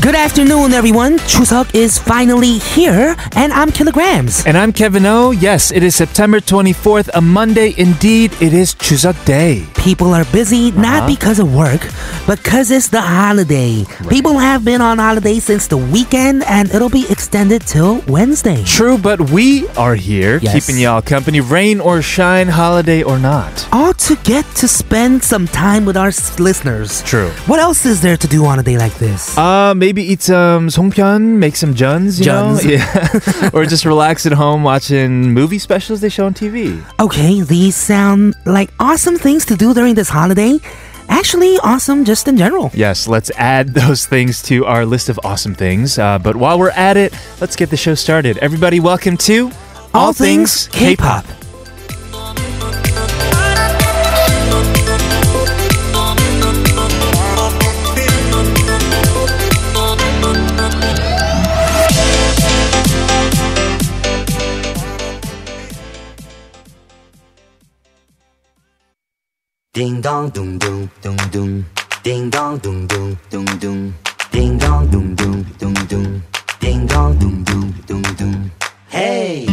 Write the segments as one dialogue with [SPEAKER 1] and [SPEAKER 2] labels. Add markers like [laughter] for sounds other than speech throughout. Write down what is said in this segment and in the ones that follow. [SPEAKER 1] Good afternoon, everyone. Chuseok is finally here, and I'm Kilograms.
[SPEAKER 2] And I'm Kevin O. Yes, it is September 24th, a Monday. Indeed, it is Chuseok Day.
[SPEAKER 1] People are busy not because of work, but because it's the holiday. People have been on holiday since the weekend, and it'll be extended till Wednesday.
[SPEAKER 2] True, but we are here,
[SPEAKER 1] Yes.
[SPEAKER 2] keeping y'all company, rain or shine, holiday or not.
[SPEAKER 1] All to get to spend some time with our s- listeners.
[SPEAKER 2] True.
[SPEAKER 1] What else is there to do on a day like this?
[SPEAKER 2] Uh, maybe eat some songpyeon, make some juns, you
[SPEAKER 1] Juns.
[SPEAKER 2] know? Yeah. [laughs] or just relax at home watching movie specials they show on TV.
[SPEAKER 1] Okay, these sound like awesome things to do during this holiday. Actually, awesome just in general.
[SPEAKER 2] Yes, let's add those things to our list of awesome things. Uh, but while we're at it, let's get the show started. Everybody, welcome to
[SPEAKER 1] All Things K-Pop.
[SPEAKER 3] Ding dong dung dung dung dung. Ding dong dung dung dung dung. Ding dong dung dung dung dung. Ding dong dung dung dung dung. Hey.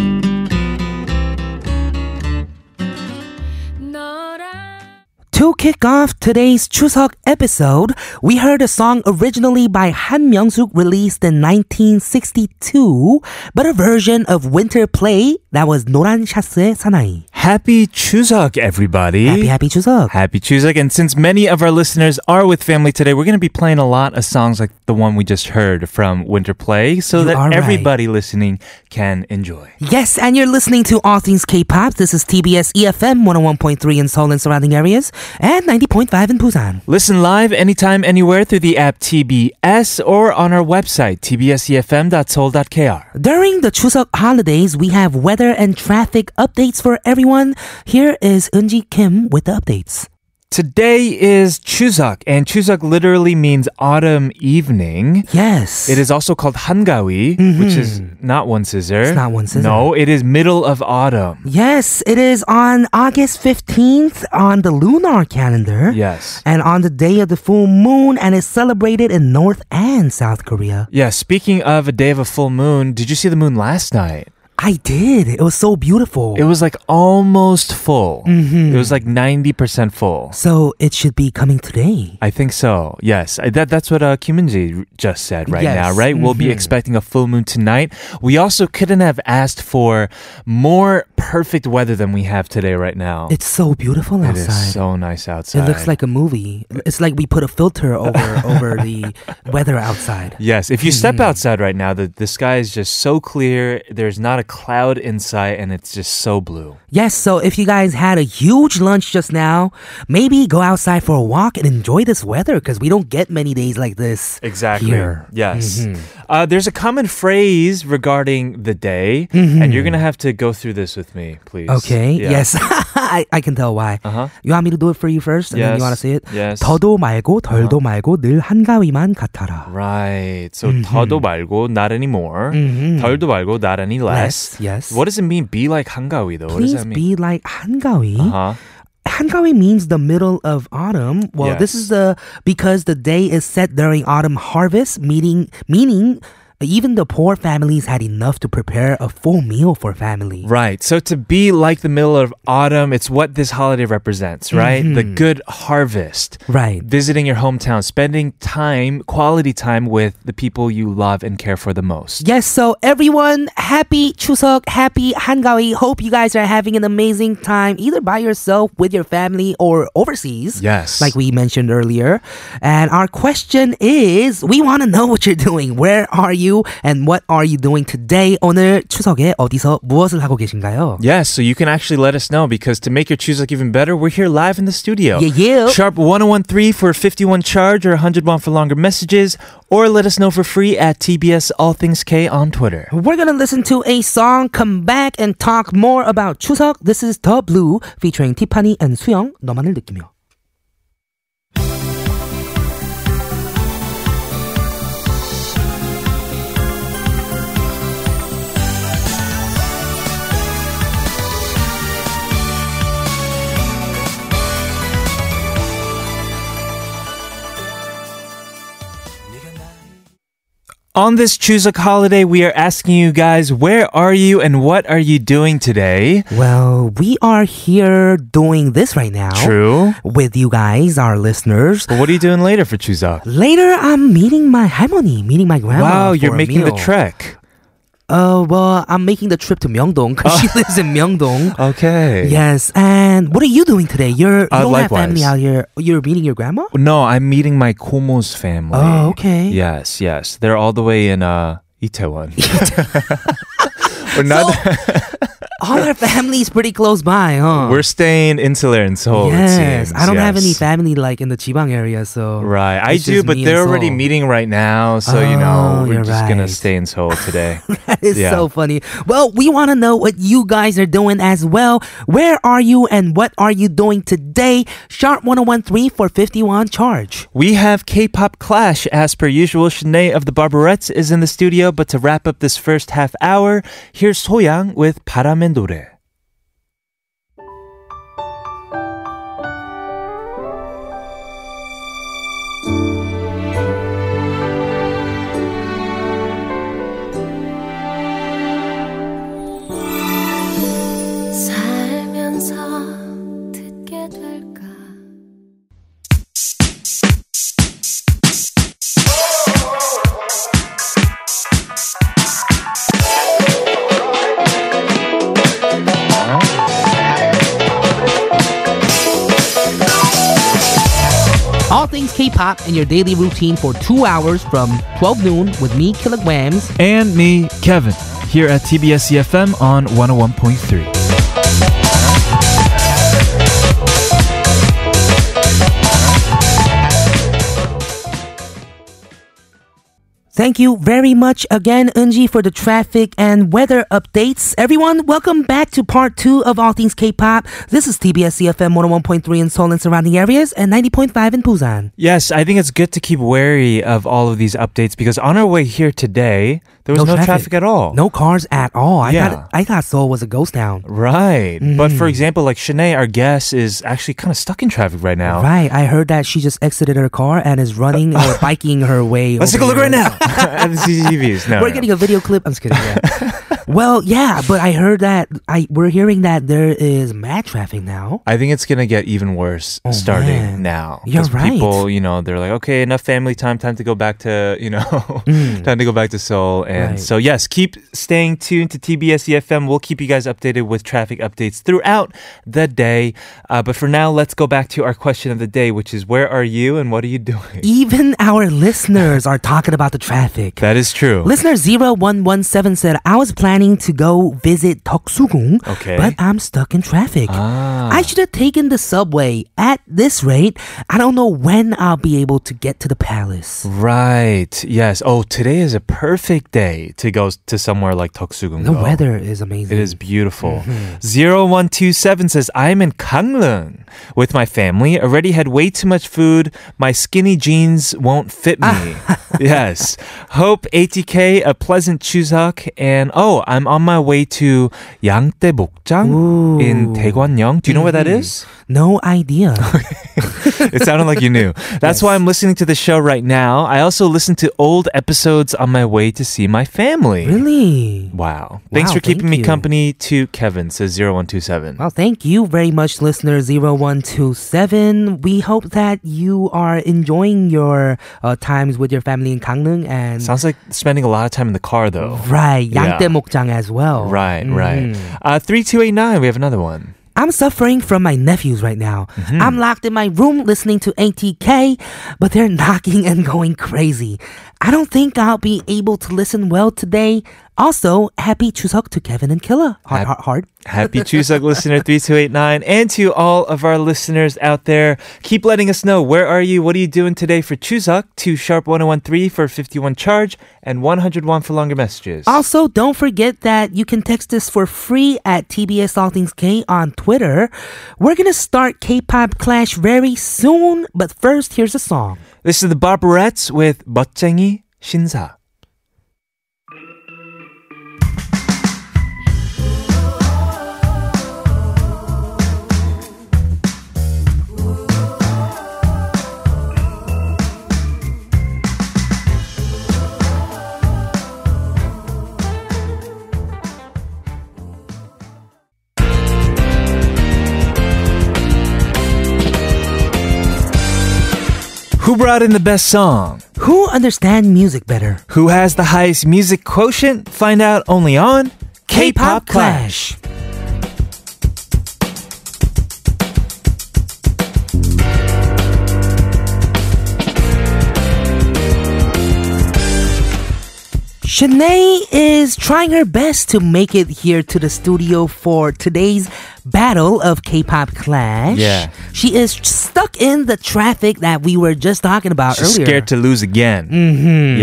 [SPEAKER 1] To kick off today's Chuseok episode, we heard a song originally by Han Myung-suk released in 1962, but a version of Winter Play that was 노란 샤스의 사나이.
[SPEAKER 2] Happy Chuseok, everybody.
[SPEAKER 1] Happy happy Chuseok.
[SPEAKER 2] Happy Chuseok. And since many of our listeners are with family today, we're going to be playing a lot of songs like the one we just heard from Winter Play so
[SPEAKER 1] You
[SPEAKER 2] that
[SPEAKER 1] are right.
[SPEAKER 2] everybody listening can enjoy.
[SPEAKER 1] Yes, and you're listening to All Things K-pop. This is TBS EFM 101.3 in Seoul and surrounding areas and 90.5 in Busan.
[SPEAKER 2] Listen live anytime, anywhere through the app TBS or on our website, E tbsefm.soul.kr.
[SPEAKER 1] During the Chuseok holidays, we have weather and traffic updates for everyone. Here is Eunji Kim with the updates.
[SPEAKER 2] Today is Chuseok, and Chuseok literally means autumn evening.
[SPEAKER 1] Yes.
[SPEAKER 2] It is also called Hangawi, which is not one scissor.
[SPEAKER 1] Mm-hmm. It's not one scissor.
[SPEAKER 2] No, it is middle of autumn.
[SPEAKER 1] Yes, it is on August 15th on the lunar calendar.
[SPEAKER 2] Yes.
[SPEAKER 1] And on the day of the full moon, and is celebrated in North and South Korea.
[SPEAKER 2] Yeah, speaking of a day of a full moon, did you see the moon last night?
[SPEAKER 1] I did. It was so beautiful.
[SPEAKER 2] It was like almost full.
[SPEAKER 1] Mm-hmm.
[SPEAKER 2] It was like 90% full.
[SPEAKER 1] so it should be coming today.
[SPEAKER 2] I think so. Yes, I- that that's what uh, Kim Minji just said right
[SPEAKER 1] Yes. Mm-hmm.
[SPEAKER 2] now. Right, we'll be expecting a full moon tonight. We also couldn't have asked for more perfect weather than we have today right now.
[SPEAKER 1] It's so beautiful
[SPEAKER 2] It
[SPEAKER 1] outside.
[SPEAKER 2] is so nice outside.
[SPEAKER 1] It looks like a movie. It's like we put a filter
[SPEAKER 2] [laughs]
[SPEAKER 1] over over the weather outside.
[SPEAKER 2] Yes, if you step
[SPEAKER 1] Mm-hmm.
[SPEAKER 2] outside right now, the, the sky is just so clear. There's not a cloud in sight, and it's just so blue.
[SPEAKER 1] Yes, so if you guys had a huge lunch just now, maybe go outside for a walk and enjoy this weather because we don't get many days like this.
[SPEAKER 2] Exactly.
[SPEAKER 1] Here. Mm-hmm.
[SPEAKER 2] Yes. Uh, there's a common phrase regarding the day, and you're going to have to go through this with me, please.
[SPEAKER 1] Mm-hmm. Okay.
[SPEAKER 2] Yeah.
[SPEAKER 1] Yes. [laughs] I, I can tell why.
[SPEAKER 2] Uh-huh.
[SPEAKER 1] You want me to do it for you first, and then you
[SPEAKER 2] Yes,
[SPEAKER 1] want to say it.
[SPEAKER 2] yes. Uh-huh.
[SPEAKER 1] 더도 말고 덜도 말고 늘 한가위만 같아라.
[SPEAKER 2] Right. So
[SPEAKER 1] Mm-hmm.
[SPEAKER 2] 더도 말고 not anymore. 덜도 말고 not any less.
[SPEAKER 1] Less, yes.
[SPEAKER 2] What does it mean? Be like 한가위 though. what does
[SPEAKER 1] Please
[SPEAKER 2] that mean?
[SPEAKER 1] be like 한가위.
[SPEAKER 2] uh-huh.
[SPEAKER 1] Hangawi means the middle of autumn. Well, this
[SPEAKER 2] Yes.
[SPEAKER 1] is the because the day is set during autumn harvest, meaning meaning even the poor families had enough to prepare a full meal for family.
[SPEAKER 2] Right. So to be like the middle of autumn, it's what this holiday represents, right? The
[SPEAKER 1] Mm-hmm.
[SPEAKER 2] good harvest.
[SPEAKER 1] Right.
[SPEAKER 2] Visiting your hometown, spending time, quality time with the people you love and care for the most.
[SPEAKER 1] Yes, so everyone, happy Chuseok, happy Hangawi. Hope you guys are having an amazing time, either by yourself, with your family, or overseas.
[SPEAKER 2] Yes.
[SPEAKER 1] Like we mentioned earlier. And our question is we want to know what you're doing. Where are you? And what are you doing today? 오늘 추석에 어디서 무엇을 하고 계신가요?
[SPEAKER 2] Yes, so you can actually let us know because to make your choose look even better, we're here live in the studio.
[SPEAKER 1] Yeah, yeah.
[SPEAKER 2] Sharp 1013 for 51 charge or 101 for longer messages, or let us know for free at TBS All Things K on Twitter.
[SPEAKER 1] We're going to listen to a song, come back and talk more about Chuseok. This is The Blue featuring Tiffany and 수영, 너만을 느끼며.
[SPEAKER 2] On this Chuseok holiday, we are asking you guys, where are you and what are you doing today?
[SPEAKER 1] Well, we are here doing this right now.
[SPEAKER 2] True.
[SPEAKER 1] With you guys, our listeners.
[SPEAKER 2] But what are you doing later for Chuseok?
[SPEAKER 1] Later, I'm meeting my harmony, meeting my grandma.
[SPEAKER 2] Wow,
[SPEAKER 1] for
[SPEAKER 2] you're
[SPEAKER 1] a
[SPEAKER 2] making
[SPEAKER 1] meal.
[SPEAKER 2] the trek.
[SPEAKER 1] Uh, well, I'm making the trip to Myeongdong because she lives in Myeongdong.
[SPEAKER 2] Oh. [laughs] Okay.
[SPEAKER 1] Yes, and what are you doing today? You're you
[SPEAKER 2] Uh,
[SPEAKER 1] don't have family
[SPEAKER 2] likewise.
[SPEAKER 1] out here. You're meeting your grandma.
[SPEAKER 2] No, I'm meeting my Kumo's family.
[SPEAKER 1] Oh, okay.
[SPEAKER 2] Yes, yes. They're all the way in uh,
[SPEAKER 1] [laughs]
[SPEAKER 2] Itaewon. [laughs]
[SPEAKER 1] So,
[SPEAKER 2] we're not.
[SPEAKER 1] all our family's pretty close by, huh?
[SPEAKER 2] we're staying insular in Seoul. it
[SPEAKER 1] yes,
[SPEAKER 2] seems.
[SPEAKER 1] I don't have any
[SPEAKER 2] Yes.
[SPEAKER 1] family like in the Chibang area, so
[SPEAKER 2] Right, I
[SPEAKER 1] it's
[SPEAKER 2] do,
[SPEAKER 1] just
[SPEAKER 2] but
[SPEAKER 1] me and
[SPEAKER 2] they're already
[SPEAKER 1] Seoul.
[SPEAKER 2] meeting right now, so you
[SPEAKER 1] Oh,
[SPEAKER 2] know we're
[SPEAKER 1] you're
[SPEAKER 2] just gonna
[SPEAKER 1] right.
[SPEAKER 2] stay in Seoul
[SPEAKER 1] [laughs]
[SPEAKER 2] today.
[SPEAKER 1] That is
[SPEAKER 2] Yeah.
[SPEAKER 1] so funny. Well, we want to know what you guys are doing as well. Where are you and what are you doing today? Sharp 1013 for 51 charge.
[SPEAKER 2] we have K-pop Clash as per usual. Shanae of the Barbarettes is in the studio, but to wrap up this first half hour, here's Soyang with 바람의 노래.
[SPEAKER 4] 살면서 듣게 될까
[SPEAKER 1] All things K-pop in your daily routine for two hours from 12 noon with me, Kilograms.
[SPEAKER 2] and me, Kevin, here at TBS EFM E on 101.3.
[SPEAKER 1] Thank you very much again, Unji, for the traffic and weather updates. Everyone, welcome back to part two of All Things K-pop. This is TBS CFM 101.3 in Seoul and surrounding areas and 90.5 in Busan.
[SPEAKER 2] Yes, I think it's good to keep wary of all of these updates because on our way here today, there was no, traffic. at all.
[SPEAKER 1] No cars at all. I
[SPEAKER 2] Yeah.
[SPEAKER 1] thought I thought Seoul was a ghost town.
[SPEAKER 2] Right. But
[SPEAKER 1] Mm.
[SPEAKER 2] for example, like Shanae, our guest, is actually kind of stuck in traffic right now.
[SPEAKER 1] Right. I heard that she just exited her car and is running
[SPEAKER 2] [laughs]
[SPEAKER 1] or biking her way.
[SPEAKER 2] Let's take
[SPEAKER 1] over
[SPEAKER 2] a look
[SPEAKER 1] here.
[SPEAKER 2] right now [laughs] Oh, at the
[SPEAKER 1] [laughs]
[SPEAKER 2] CCTVs. No,
[SPEAKER 1] We're
[SPEAKER 2] no.
[SPEAKER 1] getting a video clip. I'm just kidding. Yeah.
[SPEAKER 2] [laughs]
[SPEAKER 1] well, yeah, but I heard that I we're hearing that there is mad traffic now.
[SPEAKER 2] I think it's gonna get even worse
[SPEAKER 1] Oh, man.
[SPEAKER 2] starting now.
[SPEAKER 1] You're
[SPEAKER 2] 'Cause
[SPEAKER 1] right.
[SPEAKER 2] People, you know, they're like, okay, enough family time, time to go back to, you know, [laughs] time to go back to Seoul. And
[SPEAKER 1] Mm. Right.
[SPEAKER 2] so, yes, keep staying tuned to TBS EFM. E We'll keep you guys updated with traffic updates throughout the day. Uh, but for now, let's go back to our question of the day, which is, where are you and what are you [laughs] doing?
[SPEAKER 1] Even our listeners are talking about the traffic.
[SPEAKER 2] That is true.
[SPEAKER 1] Listener 0117 said, I was planning to go visit Deoksugung,
[SPEAKER 2] Okay.
[SPEAKER 1] but I'm stuck in traffic.
[SPEAKER 2] Ah.
[SPEAKER 1] I should have taken the subway. At this rate, I don't know when I'll be able to get to the palace.
[SPEAKER 2] Right. Yes. Oh, today is a perfect day to go s- to somewhere like Toksugung.
[SPEAKER 1] The weather is amazing.
[SPEAKER 2] It is beautiful.
[SPEAKER 1] Mm-hmm.
[SPEAKER 2] 0127 says, I'm in Gangneung with my family. Already had way too much food. My skinny jeans won't fit
[SPEAKER 1] [laughs]
[SPEAKER 2] me. yes. Hope ATK, a pleasant Chuseok. And oh, I'm on my way to Yangtaebokjang in Daegwanyeong. Do you know where
[SPEAKER 1] Mm-hmm.
[SPEAKER 2] that is?
[SPEAKER 1] No
[SPEAKER 2] [laughs]
[SPEAKER 1] idea.
[SPEAKER 2] It sounded like you knew.
[SPEAKER 1] [laughs]
[SPEAKER 2] That's why I'm listening to the show right now. I also listen to old episodes on my way to see my family.
[SPEAKER 1] really?
[SPEAKER 2] Wow. Thanks
[SPEAKER 1] Wow,
[SPEAKER 2] for keeping
[SPEAKER 1] thank
[SPEAKER 2] me
[SPEAKER 1] you.
[SPEAKER 2] company to Kevin, says 0127.
[SPEAKER 1] Well, thank you very much, listener 0127. We hope that you are enjoying your uh, times with your family in Gangneung and
[SPEAKER 2] Sounds like spending a lot of time in the car, though.
[SPEAKER 1] right,
[SPEAKER 2] Yeah.
[SPEAKER 1] Yangdaemokjang as well. Mm.
[SPEAKER 2] Right, right. Uh, 3289, we have another one.
[SPEAKER 1] I'm suffering from my nephews right now.
[SPEAKER 2] Mm-hmm.
[SPEAKER 1] I'm locked in my room listening to ATK, but they're [laughs] knocking and going crazy. I don't think I'll be able to listen well today. Also, happy Chuseok to Kevin and Killa. Heart,
[SPEAKER 2] Hap-
[SPEAKER 1] heart, heart.
[SPEAKER 2] Happy Chuseok listener 3289. And to all of our listeners out there, keep letting us know where are you? What are you doing today for Chuseok? To Sharp 1013 for 51 charge and 101 for longer messages.
[SPEAKER 1] Also, don't forget that you can text us for free at TBS All Things K on Twitter. We're gonna start K-pop Clash very soon, but first, here's a song.
[SPEAKER 2] This is the Barbarettes with 멋쟁이 신사. Who brought in the best song?
[SPEAKER 1] Who understand music better?
[SPEAKER 2] Who has the highest music quotient? Find out only on K-pop Clash.
[SPEAKER 1] Shanae is trying her best to make it here to the studio for today's battle of K-pop Clash.
[SPEAKER 2] Yeah.
[SPEAKER 1] She is stuck in the traffic that we were just talking about
[SPEAKER 2] She's
[SPEAKER 1] earlier.
[SPEAKER 2] scared to lose again. Mm-hmm.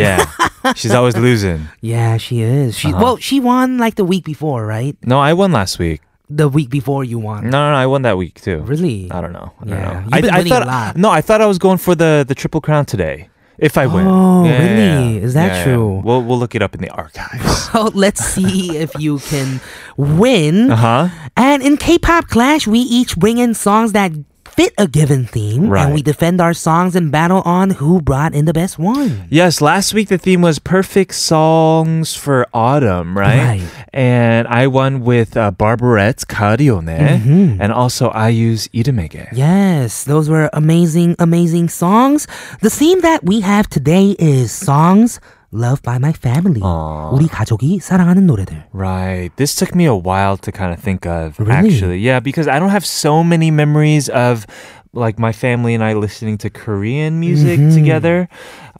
[SPEAKER 1] [laughs]
[SPEAKER 2] Yeah, she's always losing.
[SPEAKER 1] yeah, she is. She
[SPEAKER 2] Uh-huh.
[SPEAKER 1] well, she won like the week before, right?
[SPEAKER 2] No, I won last week.
[SPEAKER 1] The week before you won.
[SPEAKER 2] No, no, no I won that week too.
[SPEAKER 1] Really?
[SPEAKER 2] I don't know. I
[SPEAKER 1] Yeah,
[SPEAKER 2] don't know.
[SPEAKER 1] you've
[SPEAKER 2] I,
[SPEAKER 1] been
[SPEAKER 2] I
[SPEAKER 1] winning a
[SPEAKER 2] thought
[SPEAKER 1] lot.
[SPEAKER 2] no, I thought I was going for the the triple crown today. If I win.
[SPEAKER 1] Oh, really? Is that true?
[SPEAKER 2] We'll we'll look it up in the archives. [laughs]
[SPEAKER 1] [laughs] So Oh, let's see if you can win.
[SPEAKER 2] uh huh.
[SPEAKER 1] And in K-pop Clash, we each bring in songs that fit a given theme, and
[SPEAKER 2] Right.
[SPEAKER 1] we defend our songs in battle on who brought in the best one.
[SPEAKER 2] Yes, last week the theme was perfect songs for autumn, right?
[SPEAKER 1] Right.
[SPEAKER 2] And I won with uh, Barbarette's Carione
[SPEAKER 1] Mm-hmm.
[SPEAKER 2] and also Ayu's Iremege.
[SPEAKER 1] Yes, those were amazing, amazing songs. The theme that we have today is songs loved by my family. 우리 가족이 사랑하는 노래들.
[SPEAKER 2] Right. This took me a while to kind of think of,
[SPEAKER 1] Really?
[SPEAKER 2] actually. Yeah, because I don't have so many memories of like my family and I listening to Korean music together.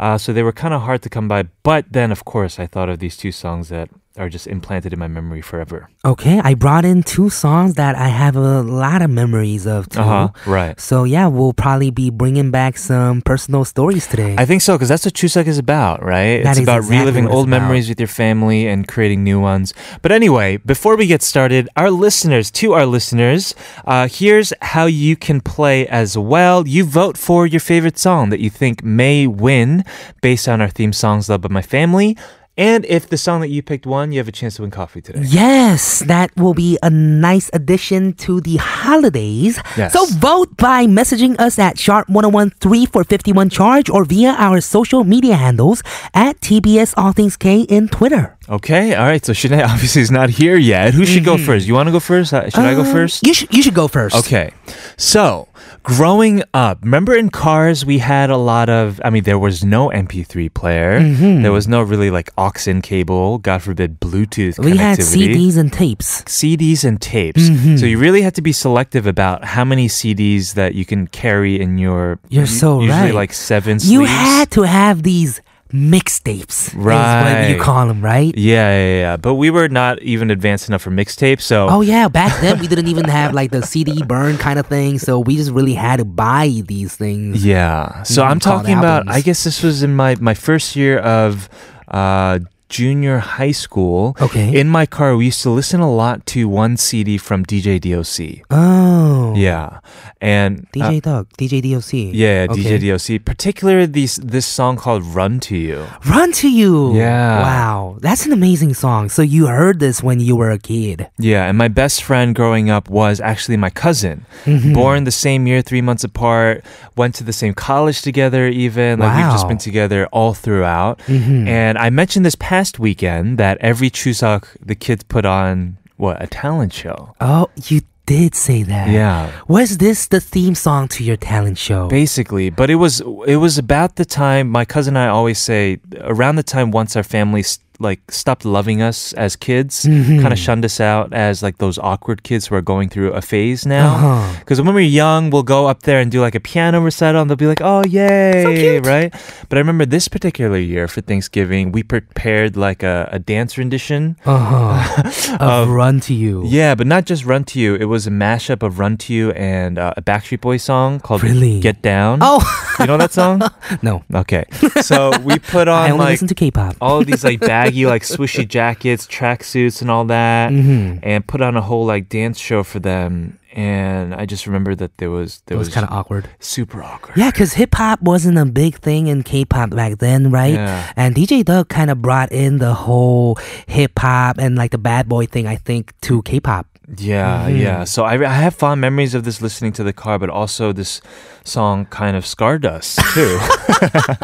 [SPEAKER 2] Uh, so they were kind of hard to come by. But then, of course, I thought of these two songs that are just implanted in my memory forever.
[SPEAKER 1] Okay, I brought in two songs that I have a lot of memories of too.
[SPEAKER 2] Uh huh. Right.
[SPEAKER 1] So yeah, we'll probably be bringing back some personal stories today.
[SPEAKER 2] I think so, because that's what Chuseok is about, right?
[SPEAKER 1] That is
[SPEAKER 2] it's about
[SPEAKER 1] exactly
[SPEAKER 2] reliving
[SPEAKER 1] what it's
[SPEAKER 2] old
[SPEAKER 1] about.
[SPEAKER 2] memories with your family and creating new ones. But anyway, before we get started, our listeners, to our listeners, uh, here's how you can play as well. You vote for your favorite song that you think may win based on our theme songs loved by my family. And if the song that you picked won, you have a chance to win coffee today.
[SPEAKER 1] Yes, that will be a nice addition to the holidays.
[SPEAKER 2] Yes.
[SPEAKER 1] So vote by messaging us at sharp 1013 for 51 charge or via our social media handles at TBS All Things K in Twitter.
[SPEAKER 2] Okay, all right. So Shanae obviously is not here yet. Who should go first? You want to go first? Uh, Should I go
[SPEAKER 1] Um,
[SPEAKER 2] first?
[SPEAKER 1] You, sh- you should go first.
[SPEAKER 2] Okay. So, growing up, remember in cars, we had a lot of, I mean, there was no MP3 player.
[SPEAKER 1] Mm-hmm.
[SPEAKER 2] There was no really like aux in cable, God forbid, Bluetooth
[SPEAKER 1] We
[SPEAKER 2] connectivity.
[SPEAKER 1] had Mm-hmm. CDs and tapes.
[SPEAKER 2] CDs and tapes. So you really had to be selective about how many CDs that you can carry in your.
[SPEAKER 1] You're
[SPEAKER 2] u-
[SPEAKER 1] so
[SPEAKER 2] usually
[SPEAKER 1] right.
[SPEAKER 2] like seven.
[SPEAKER 1] You
[SPEAKER 2] sleeves.
[SPEAKER 1] had to have these mixtapes. Is what you
[SPEAKER 2] Right.
[SPEAKER 1] call them, right?
[SPEAKER 2] Yeah, yeah, yeah. But we were not even advanced enough for mixtape. So
[SPEAKER 1] Oh yeah, back then we didn't even have like the CD burn kind of thing, so we just really had to buy these things.
[SPEAKER 2] Yeah. So
[SPEAKER 1] Mm,
[SPEAKER 2] I'm
[SPEAKER 1] called
[SPEAKER 2] talking about.
[SPEAKER 1] albums.
[SPEAKER 2] I guess this was in my my first year of. Uh, Junior high school.
[SPEAKER 1] Okay.
[SPEAKER 2] In my car, we used to listen a lot to one CD from DJ DOC.
[SPEAKER 1] Oh.
[SPEAKER 2] Yeah. And uh,
[SPEAKER 1] DJ Doug, DJ DOC.
[SPEAKER 2] yeah,
[SPEAKER 1] Okay.
[SPEAKER 2] DJ DOC. Particularly these this song called "Run to You."
[SPEAKER 1] Run to You.
[SPEAKER 2] Yeah.
[SPEAKER 1] Wow. That's an amazing song. So you heard this when you were a kid.
[SPEAKER 2] Yeah, and my best friend growing up was actually my cousin.
[SPEAKER 1] Mm-hmm.
[SPEAKER 2] Born the same year, three months apart, went to the same college together, even. Like, we've just
[SPEAKER 1] Wow. Mm-hmm.
[SPEAKER 2] been together all throughout. And I mentioned this past weekend that every Chuseok, the kids put on, what, a talent show?
[SPEAKER 1] Oh, you did say that.
[SPEAKER 2] Yeah.
[SPEAKER 1] Was this the theme song to your talent show?
[SPEAKER 2] Basically, but it was it was about the time my cousin and I always say around the time once our family st- like stopped loving us as kids,
[SPEAKER 1] Mm-hmm.
[SPEAKER 2] kind of shunned us out as like those awkward kids who are going through a phase now.
[SPEAKER 1] Uh-huh.
[SPEAKER 2] Because when we were young, we'll go up there and do like a piano recital, and they'll be like, "Oh, yay!" Right? But I remember this particular year for Thanksgiving, we prepared like a, a dance rendition. [laughs]
[SPEAKER 1] uh-huh. of Run to You.
[SPEAKER 2] Um, Yeah, but not just "Run to You." It was a mashup of "Run to You" and uh, a Backstreet Boys song called
[SPEAKER 1] Really?
[SPEAKER 2] "Get Down."
[SPEAKER 1] Oh,
[SPEAKER 2] you know that song?
[SPEAKER 1] [laughs] no.
[SPEAKER 2] Okay. So we put
[SPEAKER 1] [laughs] I
[SPEAKER 2] on
[SPEAKER 1] only
[SPEAKER 2] like
[SPEAKER 1] listen to [laughs] K-pop.
[SPEAKER 2] all of these like baggy, like swishy jackets, tracksuits, and all that,
[SPEAKER 1] Mm-hmm.
[SPEAKER 2] and put on a whole like dance show for them. And I just remember that there was there
[SPEAKER 1] it was kind of awkward.
[SPEAKER 2] super awkward.
[SPEAKER 1] Yeah, because hip hop wasn't a big thing in K pop back then, right?
[SPEAKER 2] Yeah.
[SPEAKER 1] And DJ Doug kind of brought in the whole hip hop and like the bad boy thing, I think, to K pop.
[SPEAKER 2] Yeah,
[SPEAKER 1] Mm-hmm.
[SPEAKER 2] yeah. So I, I have fond memories of this listening to the car, but also this song kind of scarred us too. [laughs]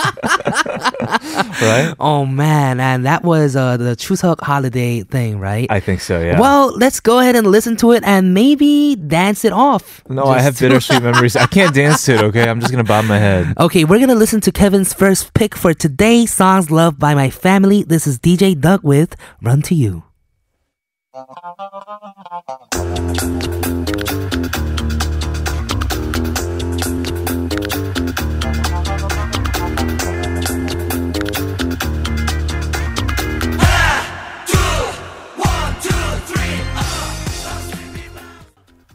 [SPEAKER 2] right?
[SPEAKER 1] Oh man, and that was uh, the Chuseok holiday thing, right?
[SPEAKER 2] I think so, yeah.
[SPEAKER 1] Well, let's go ahead and listen to it and maybe dance it off.
[SPEAKER 2] no, I have
[SPEAKER 1] Just-
[SPEAKER 2] bittersweet memories. I can't dance to it, okay? I'm just going to bob my head.
[SPEAKER 1] Okay, we're gonna listen to Kevin's first pick for today songs loved by my family. This is DJ Doug with Run to You.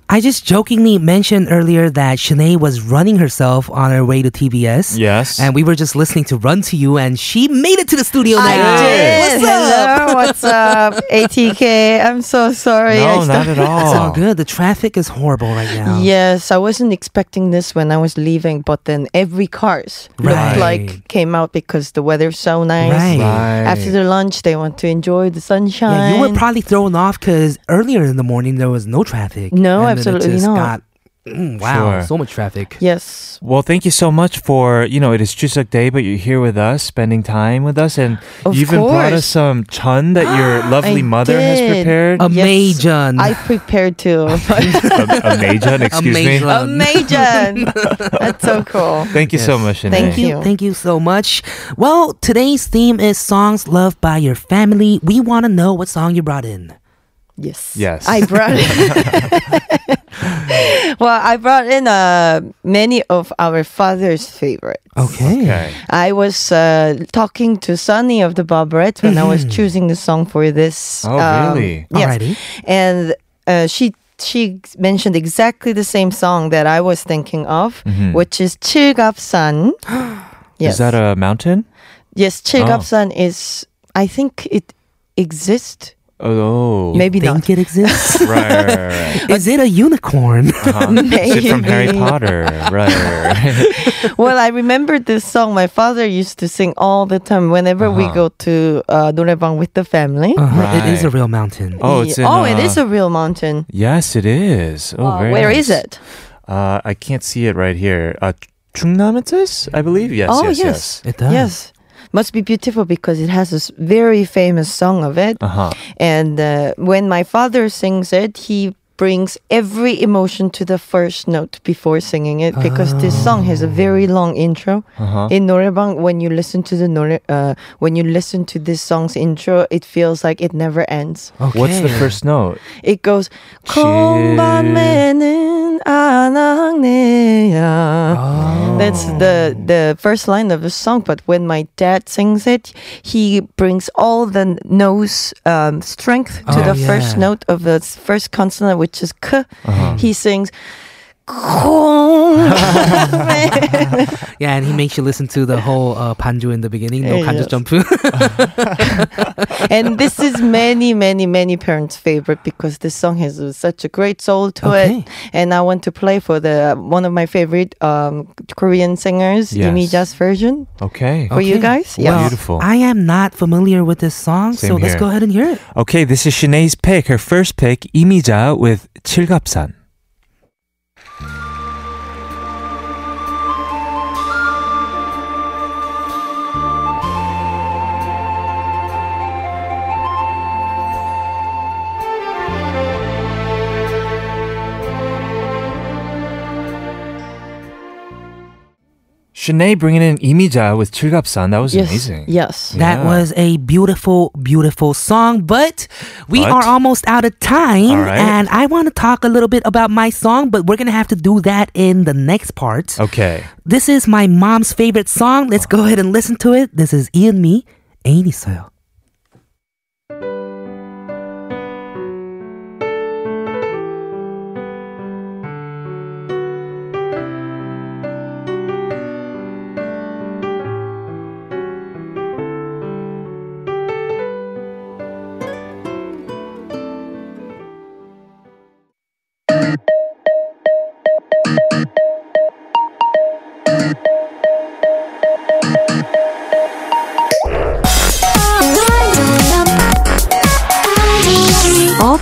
[SPEAKER 1] I just jokingly mentioned earlier that Shanae was running herself on her way to TBS.
[SPEAKER 2] Yes.
[SPEAKER 1] And we were just listening to Run to You, and she made it to the studio
[SPEAKER 5] I
[SPEAKER 1] now.
[SPEAKER 5] did.
[SPEAKER 1] What's up?
[SPEAKER 5] Hello, what's up? ATK. I'm so sorry. I
[SPEAKER 2] no, not
[SPEAKER 5] started-
[SPEAKER 2] at
[SPEAKER 1] It's all
[SPEAKER 2] all.
[SPEAKER 1] good. The traffic is horrible right now.
[SPEAKER 5] Yes, I wasn't expecting this when I was leaving, but then every cars
[SPEAKER 1] Right.
[SPEAKER 5] looked like came out because the weather's so nice.
[SPEAKER 1] Right.
[SPEAKER 2] Right.
[SPEAKER 5] After the lunch, they want to enjoy the sunshine.
[SPEAKER 1] Yeah, you were probably thrown off because earlier in the morning there was no traffic.
[SPEAKER 5] No,
[SPEAKER 1] and then it
[SPEAKER 5] absolutely
[SPEAKER 1] just
[SPEAKER 5] not.
[SPEAKER 1] got- Mm, wow,
[SPEAKER 2] Sure.
[SPEAKER 1] so much traffic.
[SPEAKER 5] yes.
[SPEAKER 2] Well, thank you so much for, you know, it is Chuseok Day, but you're here with us, spending time with us, and
[SPEAKER 5] Of
[SPEAKER 2] you even brought us
[SPEAKER 5] course.
[SPEAKER 2] some chun that
[SPEAKER 1] [gasps]
[SPEAKER 2] your lovely
[SPEAKER 5] I
[SPEAKER 2] mother has
[SPEAKER 5] did.
[SPEAKER 2] prepared.
[SPEAKER 1] A
[SPEAKER 5] Yes.
[SPEAKER 1] Majan.
[SPEAKER 5] I prepared
[SPEAKER 1] [laughs]
[SPEAKER 2] a,
[SPEAKER 5] to.
[SPEAKER 2] a Majan, excuse me.
[SPEAKER 1] Majan. [laughs]
[SPEAKER 5] Amazing. That's so cool.
[SPEAKER 2] Thank you so much, Shanae.
[SPEAKER 1] Thank
[SPEAKER 5] Thank
[SPEAKER 1] you.
[SPEAKER 5] you.
[SPEAKER 1] Thank you so much. Well, today's theme is songs loved by your family. We want to know what song you brought in.
[SPEAKER 5] Yes.
[SPEAKER 2] Yes.
[SPEAKER 5] I brought
[SPEAKER 1] [laughs]
[SPEAKER 5] [laughs] well, I brought in uh, many of our father's favorite.
[SPEAKER 1] Okay.
[SPEAKER 2] Okay.
[SPEAKER 5] I was uh, talking to Sonny of the Barberettes when I was choosing the song for this.
[SPEAKER 2] Mm-hmm.
[SPEAKER 5] um,
[SPEAKER 2] Oh, really?
[SPEAKER 5] Yes.
[SPEAKER 1] Alrighty.
[SPEAKER 5] And uh, she she mentioned exactly the same song that I was thinking of, which is Chilgapsan.
[SPEAKER 2] [gasps]
[SPEAKER 5] yes.
[SPEAKER 2] Mm-hmm. Is that a Oh. mountain?
[SPEAKER 5] yes, Chilgapsan is, I think it exists.
[SPEAKER 2] Oh.
[SPEAKER 5] Maybe
[SPEAKER 1] Think
[SPEAKER 2] [laughs]
[SPEAKER 5] not.
[SPEAKER 1] it
[SPEAKER 5] [laughs]
[SPEAKER 1] exists?
[SPEAKER 2] Right, right, right, right.
[SPEAKER 1] is it a unicorn?
[SPEAKER 2] Is it from Harry
[SPEAKER 5] Maybe.
[SPEAKER 2] Potter? Right, right, [laughs] right.
[SPEAKER 5] well, I remembered this song. My father used to sing all the time whenever we
[SPEAKER 2] Uh-huh.
[SPEAKER 5] go to uh, 노래방 with the family.
[SPEAKER 1] Uh-huh, [laughs] It is a
[SPEAKER 2] [laughs] Right.
[SPEAKER 1] real mountain.
[SPEAKER 2] Oh, it's in,
[SPEAKER 5] oh, it
[SPEAKER 2] uh,
[SPEAKER 5] is a real mountain.
[SPEAKER 2] Yes, it is. Oh,
[SPEAKER 5] Where
[SPEAKER 2] very
[SPEAKER 5] is
[SPEAKER 2] nice.
[SPEAKER 5] it?
[SPEAKER 2] Uh, I can't see it right here. Uh, Chungnam it is, I believe. Yes,
[SPEAKER 5] oh,
[SPEAKER 2] yes, yes.
[SPEAKER 1] It does.
[SPEAKER 5] Yes. Must be beautiful because it has this very famous song of it.
[SPEAKER 2] Uh-huh.
[SPEAKER 5] And uh, when my father sings it, he brings every emotion to the first note before singing it because this song has a very long intro. In 노래방, when you listen to the 노래, uh, when you listen to this song's intro, it feels like it never ends.
[SPEAKER 1] Okay.
[SPEAKER 2] What's the first note?
[SPEAKER 5] It goes
[SPEAKER 2] 지-
[SPEAKER 5] "콩 밤에는 안악내야." That's the the first line of the song. But when my dad sings it, he brings all the nose um, strength to
[SPEAKER 1] Oh,
[SPEAKER 5] the
[SPEAKER 1] yeah.
[SPEAKER 5] first note of the s- first consonant, which is k.
[SPEAKER 1] Uh-huh.
[SPEAKER 5] He sings.
[SPEAKER 1] [laughs]
[SPEAKER 5] "콩 밤에는."
[SPEAKER 1] Yeah, and he makes you listen to the whole uh, panju in the beginning. No kanju
[SPEAKER 5] Yes.
[SPEAKER 1] jump.
[SPEAKER 5] and this is many, many, many parents' favorite because this song has uh, such a great soul to
[SPEAKER 1] [laughs] Okay.
[SPEAKER 5] it. And I want to play for the uh, one of my favorite um, Korean singers,
[SPEAKER 2] Yes.
[SPEAKER 5] Imi Ja's version.
[SPEAKER 2] Okay.
[SPEAKER 5] For you guys? Yes.
[SPEAKER 1] Well,
[SPEAKER 2] Beautiful.
[SPEAKER 1] I am not familiar with this song, so
[SPEAKER 2] Same
[SPEAKER 1] let's
[SPEAKER 2] here.
[SPEAKER 1] go ahead and hear it.
[SPEAKER 2] Okay, this is Sinead's pick, her first pick, Imija with 칠갑산. Sinead bringing in Imija with 칠갑산. That was
[SPEAKER 5] yes.
[SPEAKER 2] amazing.
[SPEAKER 5] Yes.
[SPEAKER 1] That
[SPEAKER 2] Yeah.
[SPEAKER 1] was a beautiful, beautiful song, but we
[SPEAKER 2] But?
[SPEAKER 1] are almost out of time.
[SPEAKER 2] All right.
[SPEAKER 1] And I want to talk a little bit about my song, but we're going to have to do that in the next part.
[SPEAKER 2] Okay.
[SPEAKER 1] This is my mom's favorite song. Let's go ahead and listen to it. This is Ian Me, Ain't 있어요.
[SPEAKER 6] things.
[SPEAKER 7] All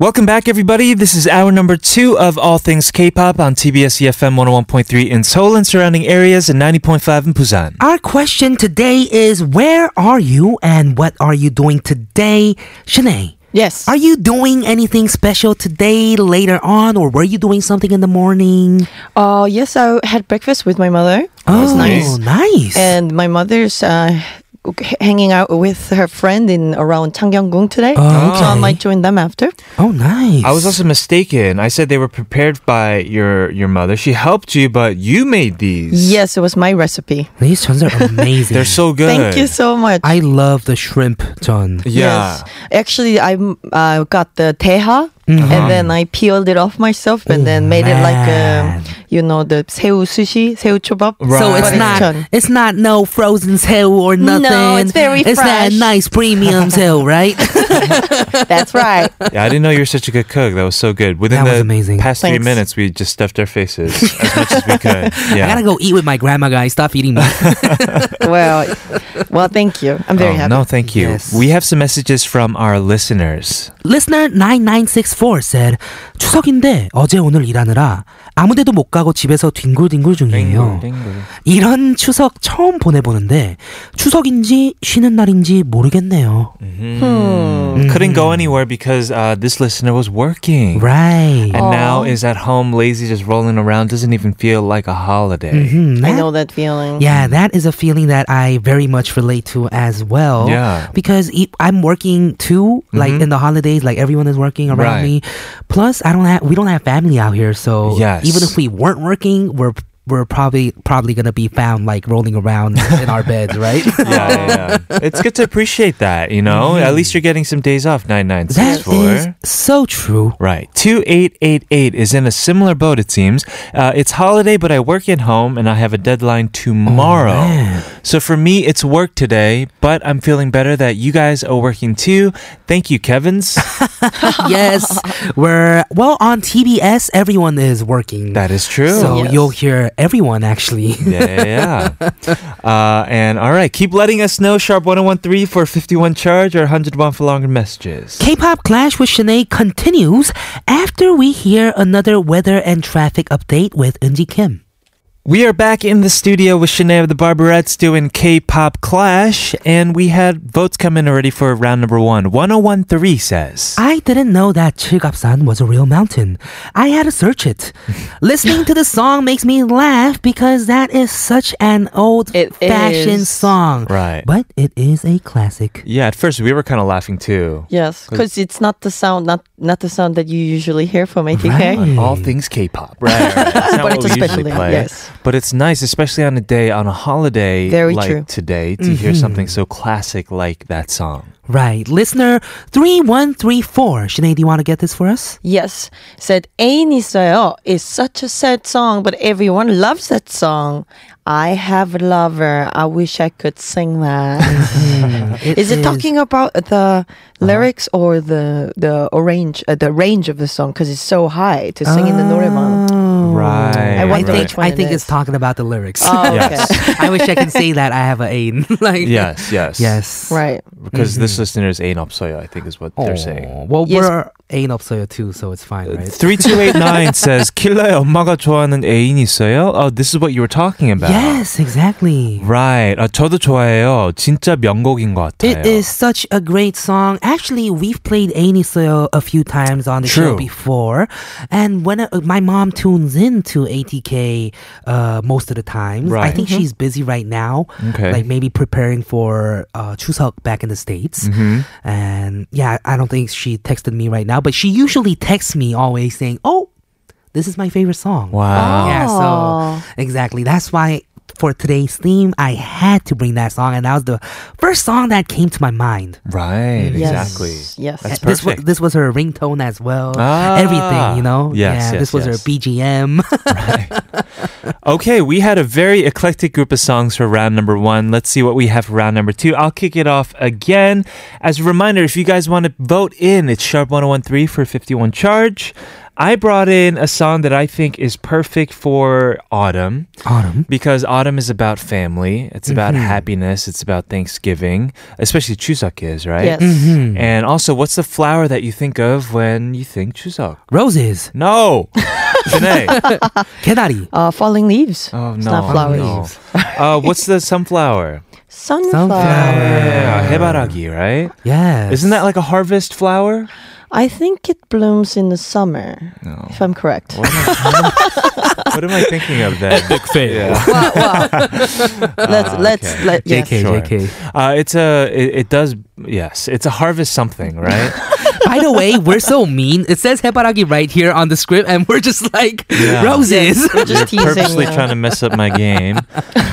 [SPEAKER 2] Welcome back, everybody. This is hour number two of All Things K-pop on TBS EFM 101.3 in Seoul and surrounding areas and 90.5 in Busan.
[SPEAKER 1] Our question today is Where are you and what are you doing today? Shanae,
[SPEAKER 5] Yes.
[SPEAKER 1] are you doing anything special today, later on, or were you doing something in the morning?
[SPEAKER 5] Uh, yes, I had breakfast with my mother.
[SPEAKER 1] Oh,
[SPEAKER 5] was nice.
[SPEAKER 1] nice.
[SPEAKER 5] And my mother's uh, h- hanging out with her friend in around Changgyeonggung today.
[SPEAKER 1] Oh,
[SPEAKER 5] So I
[SPEAKER 1] okay.
[SPEAKER 5] might join them after.
[SPEAKER 1] oh, nice.
[SPEAKER 2] I was also mistaken. I said they were prepared by your your mother. She helped you, but you made these.
[SPEAKER 5] Yes, it was my recipe.
[SPEAKER 1] These chons are amazing.
[SPEAKER 2] They're so good.
[SPEAKER 5] Thank you so much.
[SPEAKER 1] I love the shrimp chon.
[SPEAKER 2] Yeah.
[SPEAKER 5] Actually, I uh, got the teha
[SPEAKER 1] Mm-hmm.
[SPEAKER 5] and then I peeled it off myself and then made it like
[SPEAKER 1] Oh, man.
[SPEAKER 5] um, you know the 새우 sushi, 새우 초밥.
[SPEAKER 1] So
[SPEAKER 2] Right.
[SPEAKER 1] it's
[SPEAKER 5] But
[SPEAKER 1] not
[SPEAKER 5] chon.
[SPEAKER 1] it's not no frozen tail or
[SPEAKER 5] No,
[SPEAKER 1] nothing.
[SPEAKER 5] it's very
[SPEAKER 1] It's that
[SPEAKER 5] fresh.
[SPEAKER 1] nice premium tail, right? [laughs]
[SPEAKER 5] That's right.
[SPEAKER 2] Yeah, I didn't know you were such a good cook. That was so good. Within
[SPEAKER 1] That was
[SPEAKER 2] the
[SPEAKER 1] amazing.
[SPEAKER 2] past three
[SPEAKER 5] Thanks.
[SPEAKER 2] minutes, we just stuffed our faces as much as we could.
[SPEAKER 1] [laughs]
[SPEAKER 2] Yeah.
[SPEAKER 1] I gotta go eat with my grandma, guys. Stop eating me.
[SPEAKER 5] well, well, thank you. I'm very
[SPEAKER 2] Oh,
[SPEAKER 5] happy.
[SPEAKER 2] No, thank you.
[SPEAKER 1] Yes.
[SPEAKER 2] We have some messages from our listeners.
[SPEAKER 1] Listener 9964 said 추석인데 어제 오늘 일하느라 아무데도 못 가고 집에서 뒹굴뒹굴 중이에요. 이런 추석 처음 보내보는데 추석인지 쉬는 날인지 모르겠네요.
[SPEAKER 2] 음. Couldn't go anywhere because uh, this listener was working.
[SPEAKER 1] Mm. Right.
[SPEAKER 2] And now is at home, lazy, just rolling around. Doesn't even feel like a holiday.
[SPEAKER 1] Hmm,
[SPEAKER 5] I
[SPEAKER 1] that-
[SPEAKER 5] know that feeling.
[SPEAKER 1] Yeah, that is a feeling that I very much relate to as well.
[SPEAKER 2] Yeah. Mm-hmm.
[SPEAKER 1] Because e- I'm working too, like in the holidays, like everyone is working around me.
[SPEAKER 2] Right.
[SPEAKER 1] Plus, I don't have we don't have family out here, so
[SPEAKER 2] Yes.
[SPEAKER 1] even if we weren't working, we're we're probably probably gonna be found like rolling around in our beds,
[SPEAKER 2] [laughs]
[SPEAKER 1] right?
[SPEAKER 2] Yeah, yeah, yeah. It's good to appreciate that, you know? At least you're getting some days off,
[SPEAKER 1] Mm-hmm. That
[SPEAKER 2] 9964.
[SPEAKER 1] is so true.
[SPEAKER 2] Right. 2888 is in a similar boat, it seems. Uh, it's holiday, but I work at home and I have a deadline tomorrow.
[SPEAKER 1] Oh,
[SPEAKER 2] so for me, it's work today, but I'm feeling better that you guys are working too. Thank you, Kevins.
[SPEAKER 1] [laughs] yes, we're well on TBS. Everyone is working,
[SPEAKER 2] that is true.
[SPEAKER 1] so
[SPEAKER 5] Yes.
[SPEAKER 1] you'll hear everyone actually.
[SPEAKER 2] yeah, yeah, yeah. Uh, and all right, keep letting us know. Sharp 1013 for 51 charge or 101 for longer messages.
[SPEAKER 1] K-pop Clash with Shanae continues after we hear another weather and traffic update with Eunji Kim.
[SPEAKER 2] We are back in the studio with Shanae of the Barberettes doing K-pop Clash, and we had votes come in already for round number one. 1013 says,
[SPEAKER 1] I didn't know that Chilgapsan was a real mountain. I had to search
[SPEAKER 2] [laughs]
[SPEAKER 1] it. Listening to the song makes me laugh because that is such an old
[SPEAKER 5] It
[SPEAKER 1] fashioned
[SPEAKER 5] is.
[SPEAKER 1] song.
[SPEAKER 2] Right.
[SPEAKER 1] But it is a classic.
[SPEAKER 2] Yeah, at first we were kind of laughing too.
[SPEAKER 5] Yes, because it's not the sound, not not the sound that you usually hear from ATK.
[SPEAKER 1] Right.
[SPEAKER 2] All things K-pop, [laughs] right? right, right. It's not
[SPEAKER 5] But
[SPEAKER 2] what
[SPEAKER 5] it's
[SPEAKER 2] we usually
[SPEAKER 5] especially-
[SPEAKER 2] play.
[SPEAKER 5] yes.
[SPEAKER 2] But it's nice, especially on a day on a holiday
[SPEAKER 5] Very
[SPEAKER 2] like
[SPEAKER 5] true.
[SPEAKER 2] today, to hear something so classic like that song.
[SPEAKER 1] Right. Listener 3134. Shanae, do you want to get this for us?
[SPEAKER 5] Yes, said Ain Israel is such a sad song, but everyone loves that song. I have a lover. I wish I could sing that. is Uh-huh. it talking about the lyrics or the the range, uh, the range of the song? Because it's so high to sing in the noreban.
[SPEAKER 1] Oh.
[SPEAKER 2] Right.
[SPEAKER 5] I
[SPEAKER 1] I
[SPEAKER 5] wonder
[SPEAKER 2] right.
[SPEAKER 1] think,
[SPEAKER 5] which one
[SPEAKER 1] I
[SPEAKER 5] it
[SPEAKER 1] think it's
[SPEAKER 5] is.
[SPEAKER 1] talking about the lyrics.
[SPEAKER 5] Oh, okay.
[SPEAKER 2] Yes.
[SPEAKER 1] [laughs] I wish I can say that I have a ain. [laughs] like
[SPEAKER 2] Yes, [laughs] yes.
[SPEAKER 1] yes,
[SPEAKER 5] Right.
[SPEAKER 2] Because this listener is Ain Opsoya, I think is what they're saying.
[SPEAKER 1] Oh.
[SPEAKER 2] Uh,
[SPEAKER 1] Well,
[SPEAKER 5] Yes.
[SPEAKER 1] we're ain 없어요 too, so it's fine, right?
[SPEAKER 2] 3289 [laughs] says 킬러의 엄마가 좋아하는 애인 있어요? Oh, this is what you were talking about.
[SPEAKER 1] Yes, exactly.
[SPEAKER 2] Right. 아, 저도 좋아해요. 진짜 명곡인 것 같아요.
[SPEAKER 1] It is such a great song. Actually, we've played Ain Soyo a few times on the show
[SPEAKER 2] True.
[SPEAKER 1] before, and when uh, my mom tunes in to ATK uh, most of the times, I
[SPEAKER 2] Right.
[SPEAKER 1] think she's busy right now,
[SPEAKER 2] Okay.
[SPEAKER 1] like maybe preparing for uh, Chuseok back in the states.
[SPEAKER 2] Mm-hmm.
[SPEAKER 1] And yeah, I don't think she texted me right now, but she usually texts me always saying, "Oh, this is my favorite song."
[SPEAKER 2] Wow.
[SPEAKER 1] Yeah, so exactly. That's why for today's theme, I had to bring that song, and that was the first song that came to my mind.
[SPEAKER 2] Right.
[SPEAKER 5] Yes.
[SPEAKER 2] Exactly.
[SPEAKER 5] Yes.
[SPEAKER 2] That's
[SPEAKER 1] This was,
[SPEAKER 2] perfect.
[SPEAKER 1] this was her ringtone as well.
[SPEAKER 2] Ah.
[SPEAKER 1] Everything, you know? yeah, [laughs]
[SPEAKER 2] Yes, yes,
[SPEAKER 1] this was
[SPEAKER 2] yes.
[SPEAKER 1] her BGM.
[SPEAKER 2] Okay, we had a very eclectic group of songs for round number one. Let's see what we have for round number two. I'll kick it off again. As a reminder, if you guys want to vote in, it's sharp1013 for 51 charge. I brought in a song that I think is perfect for autumn
[SPEAKER 1] Autumn.
[SPEAKER 2] because autumn is about family, it's about happiness, it's about Thanksgiving, especially Chuseok is, right?
[SPEAKER 5] Yes.
[SPEAKER 1] Mm. Mm-hmm.
[SPEAKER 2] And also, what's the flower that you think of when you think Chuseok?
[SPEAKER 1] Roses.
[SPEAKER 2] No! Janae.
[SPEAKER 1] 개다리.
[SPEAKER 5] Uh, falling leaves.
[SPEAKER 2] Oh no!
[SPEAKER 5] It's not flower [laughs]
[SPEAKER 2] no.
[SPEAKER 5] leaves.
[SPEAKER 2] uh, what's the sunflower?
[SPEAKER 5] Sunflower.
[SPEAKER 2] Yeah, 해바라기, right?
[SPEAKER 1] Yes.
[SPEAKER 2] Isn't that like a harvest flower?
[SPEAKER 5] I think it blooms in the summer, if I'm correct.
[SPEAKER 2] What am I thinking of then?
[SPEAKER 7] fail.
[SPEAKER 5] wow, wow. [laughs] let's let's let yes.
[SPEAKER 1] JK,
[SPEAKER 2] Sure.
[SPEAKER 1] JK.
[SPEAKER 2] Uh, it's a. It, it does. Yes, it's a harvest something,
[SPEAKER 5] [laughs]
[SPEAKER 2] right?
[SPEAKER 1] [laughs] By the way, we're so mean. It says 해바라기 right here on the script, and we're just like [laughs]
[SPEAKER 2] Yeah.
[SPEAKER 1] roses.
[SPEAKER 5] We're just
[SPEAKER 2] You're
[SPEAKER 5] teasing
[SPEAKER 2] purposely
[SPEAKER 5] now.
[SPEAKER 2] trying to mess up my game.
[SPEAKER 5] [laughs]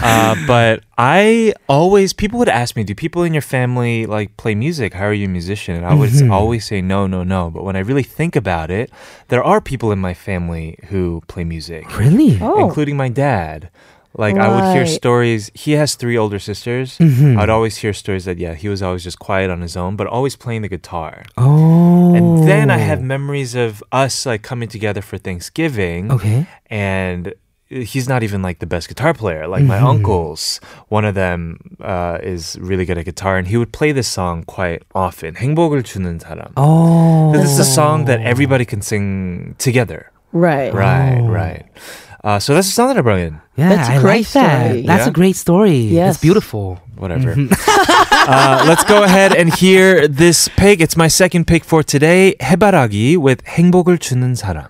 [SPEAKER 2] Uh, but I always people would ask me, do people in your family like play music? How are you a musician? And I would
[SPEAKER 5] Mm-hmm.
[SPEAKER 2] always say no, no, no. But when I really think about it, there are people in my family who play music.
[SPEAKER 1] Really?
[SPEAKER 5] Oh.
[SPEAKER 2] including my dad. Like I would hear
[SPEAKER 5] Right.
[SPEAKER 2] stories. He has three older sisters.
[SPEAKER 1] Mm-hmm.
[SPEAKER 2] I'd always hear stories that yeah, he was always just quiet on his own, but always playing the guitar.
[SPEAKER 1] Oh.
[SPEAKER 2] And then I have memories of us like coming together for Thanksgiving.
[SPEAKER 1] Okay.
[SPEAKER 2] And he's not even like the best guitar player. Like my uncles, one of them uh, is really good at guitar, and he would play this song quite often. 행복을 주는 사람.
[SPEAKER 1] Oh.
[SPEAKER 2] This is a song that everybody can sing together.
[SPEAKER 5] Right.
[SPEAKER 2] Right, right. Uh, so that's the song that I brought in.
[SPEAKER 1] Yeah,
[SPEAKER 5] That's a
[SPEAKER 1] I
[SPEAKER 5] great
[SPEAKER 1] like that.
[SPEAKER 5] story.
[SPEAKER 1] That's
[SPEAKER 2] Yeah.
[SPEAKER 1] a great story.
[SPEAKER 5] Yes.
[SPEAKER 1] It's beautiful.
[SPEAKER 2] Whatever. [laughs] uh, let's go ahead and hear this pick. It's my second pick for today. 해바라기 with 행복을 주는 사람.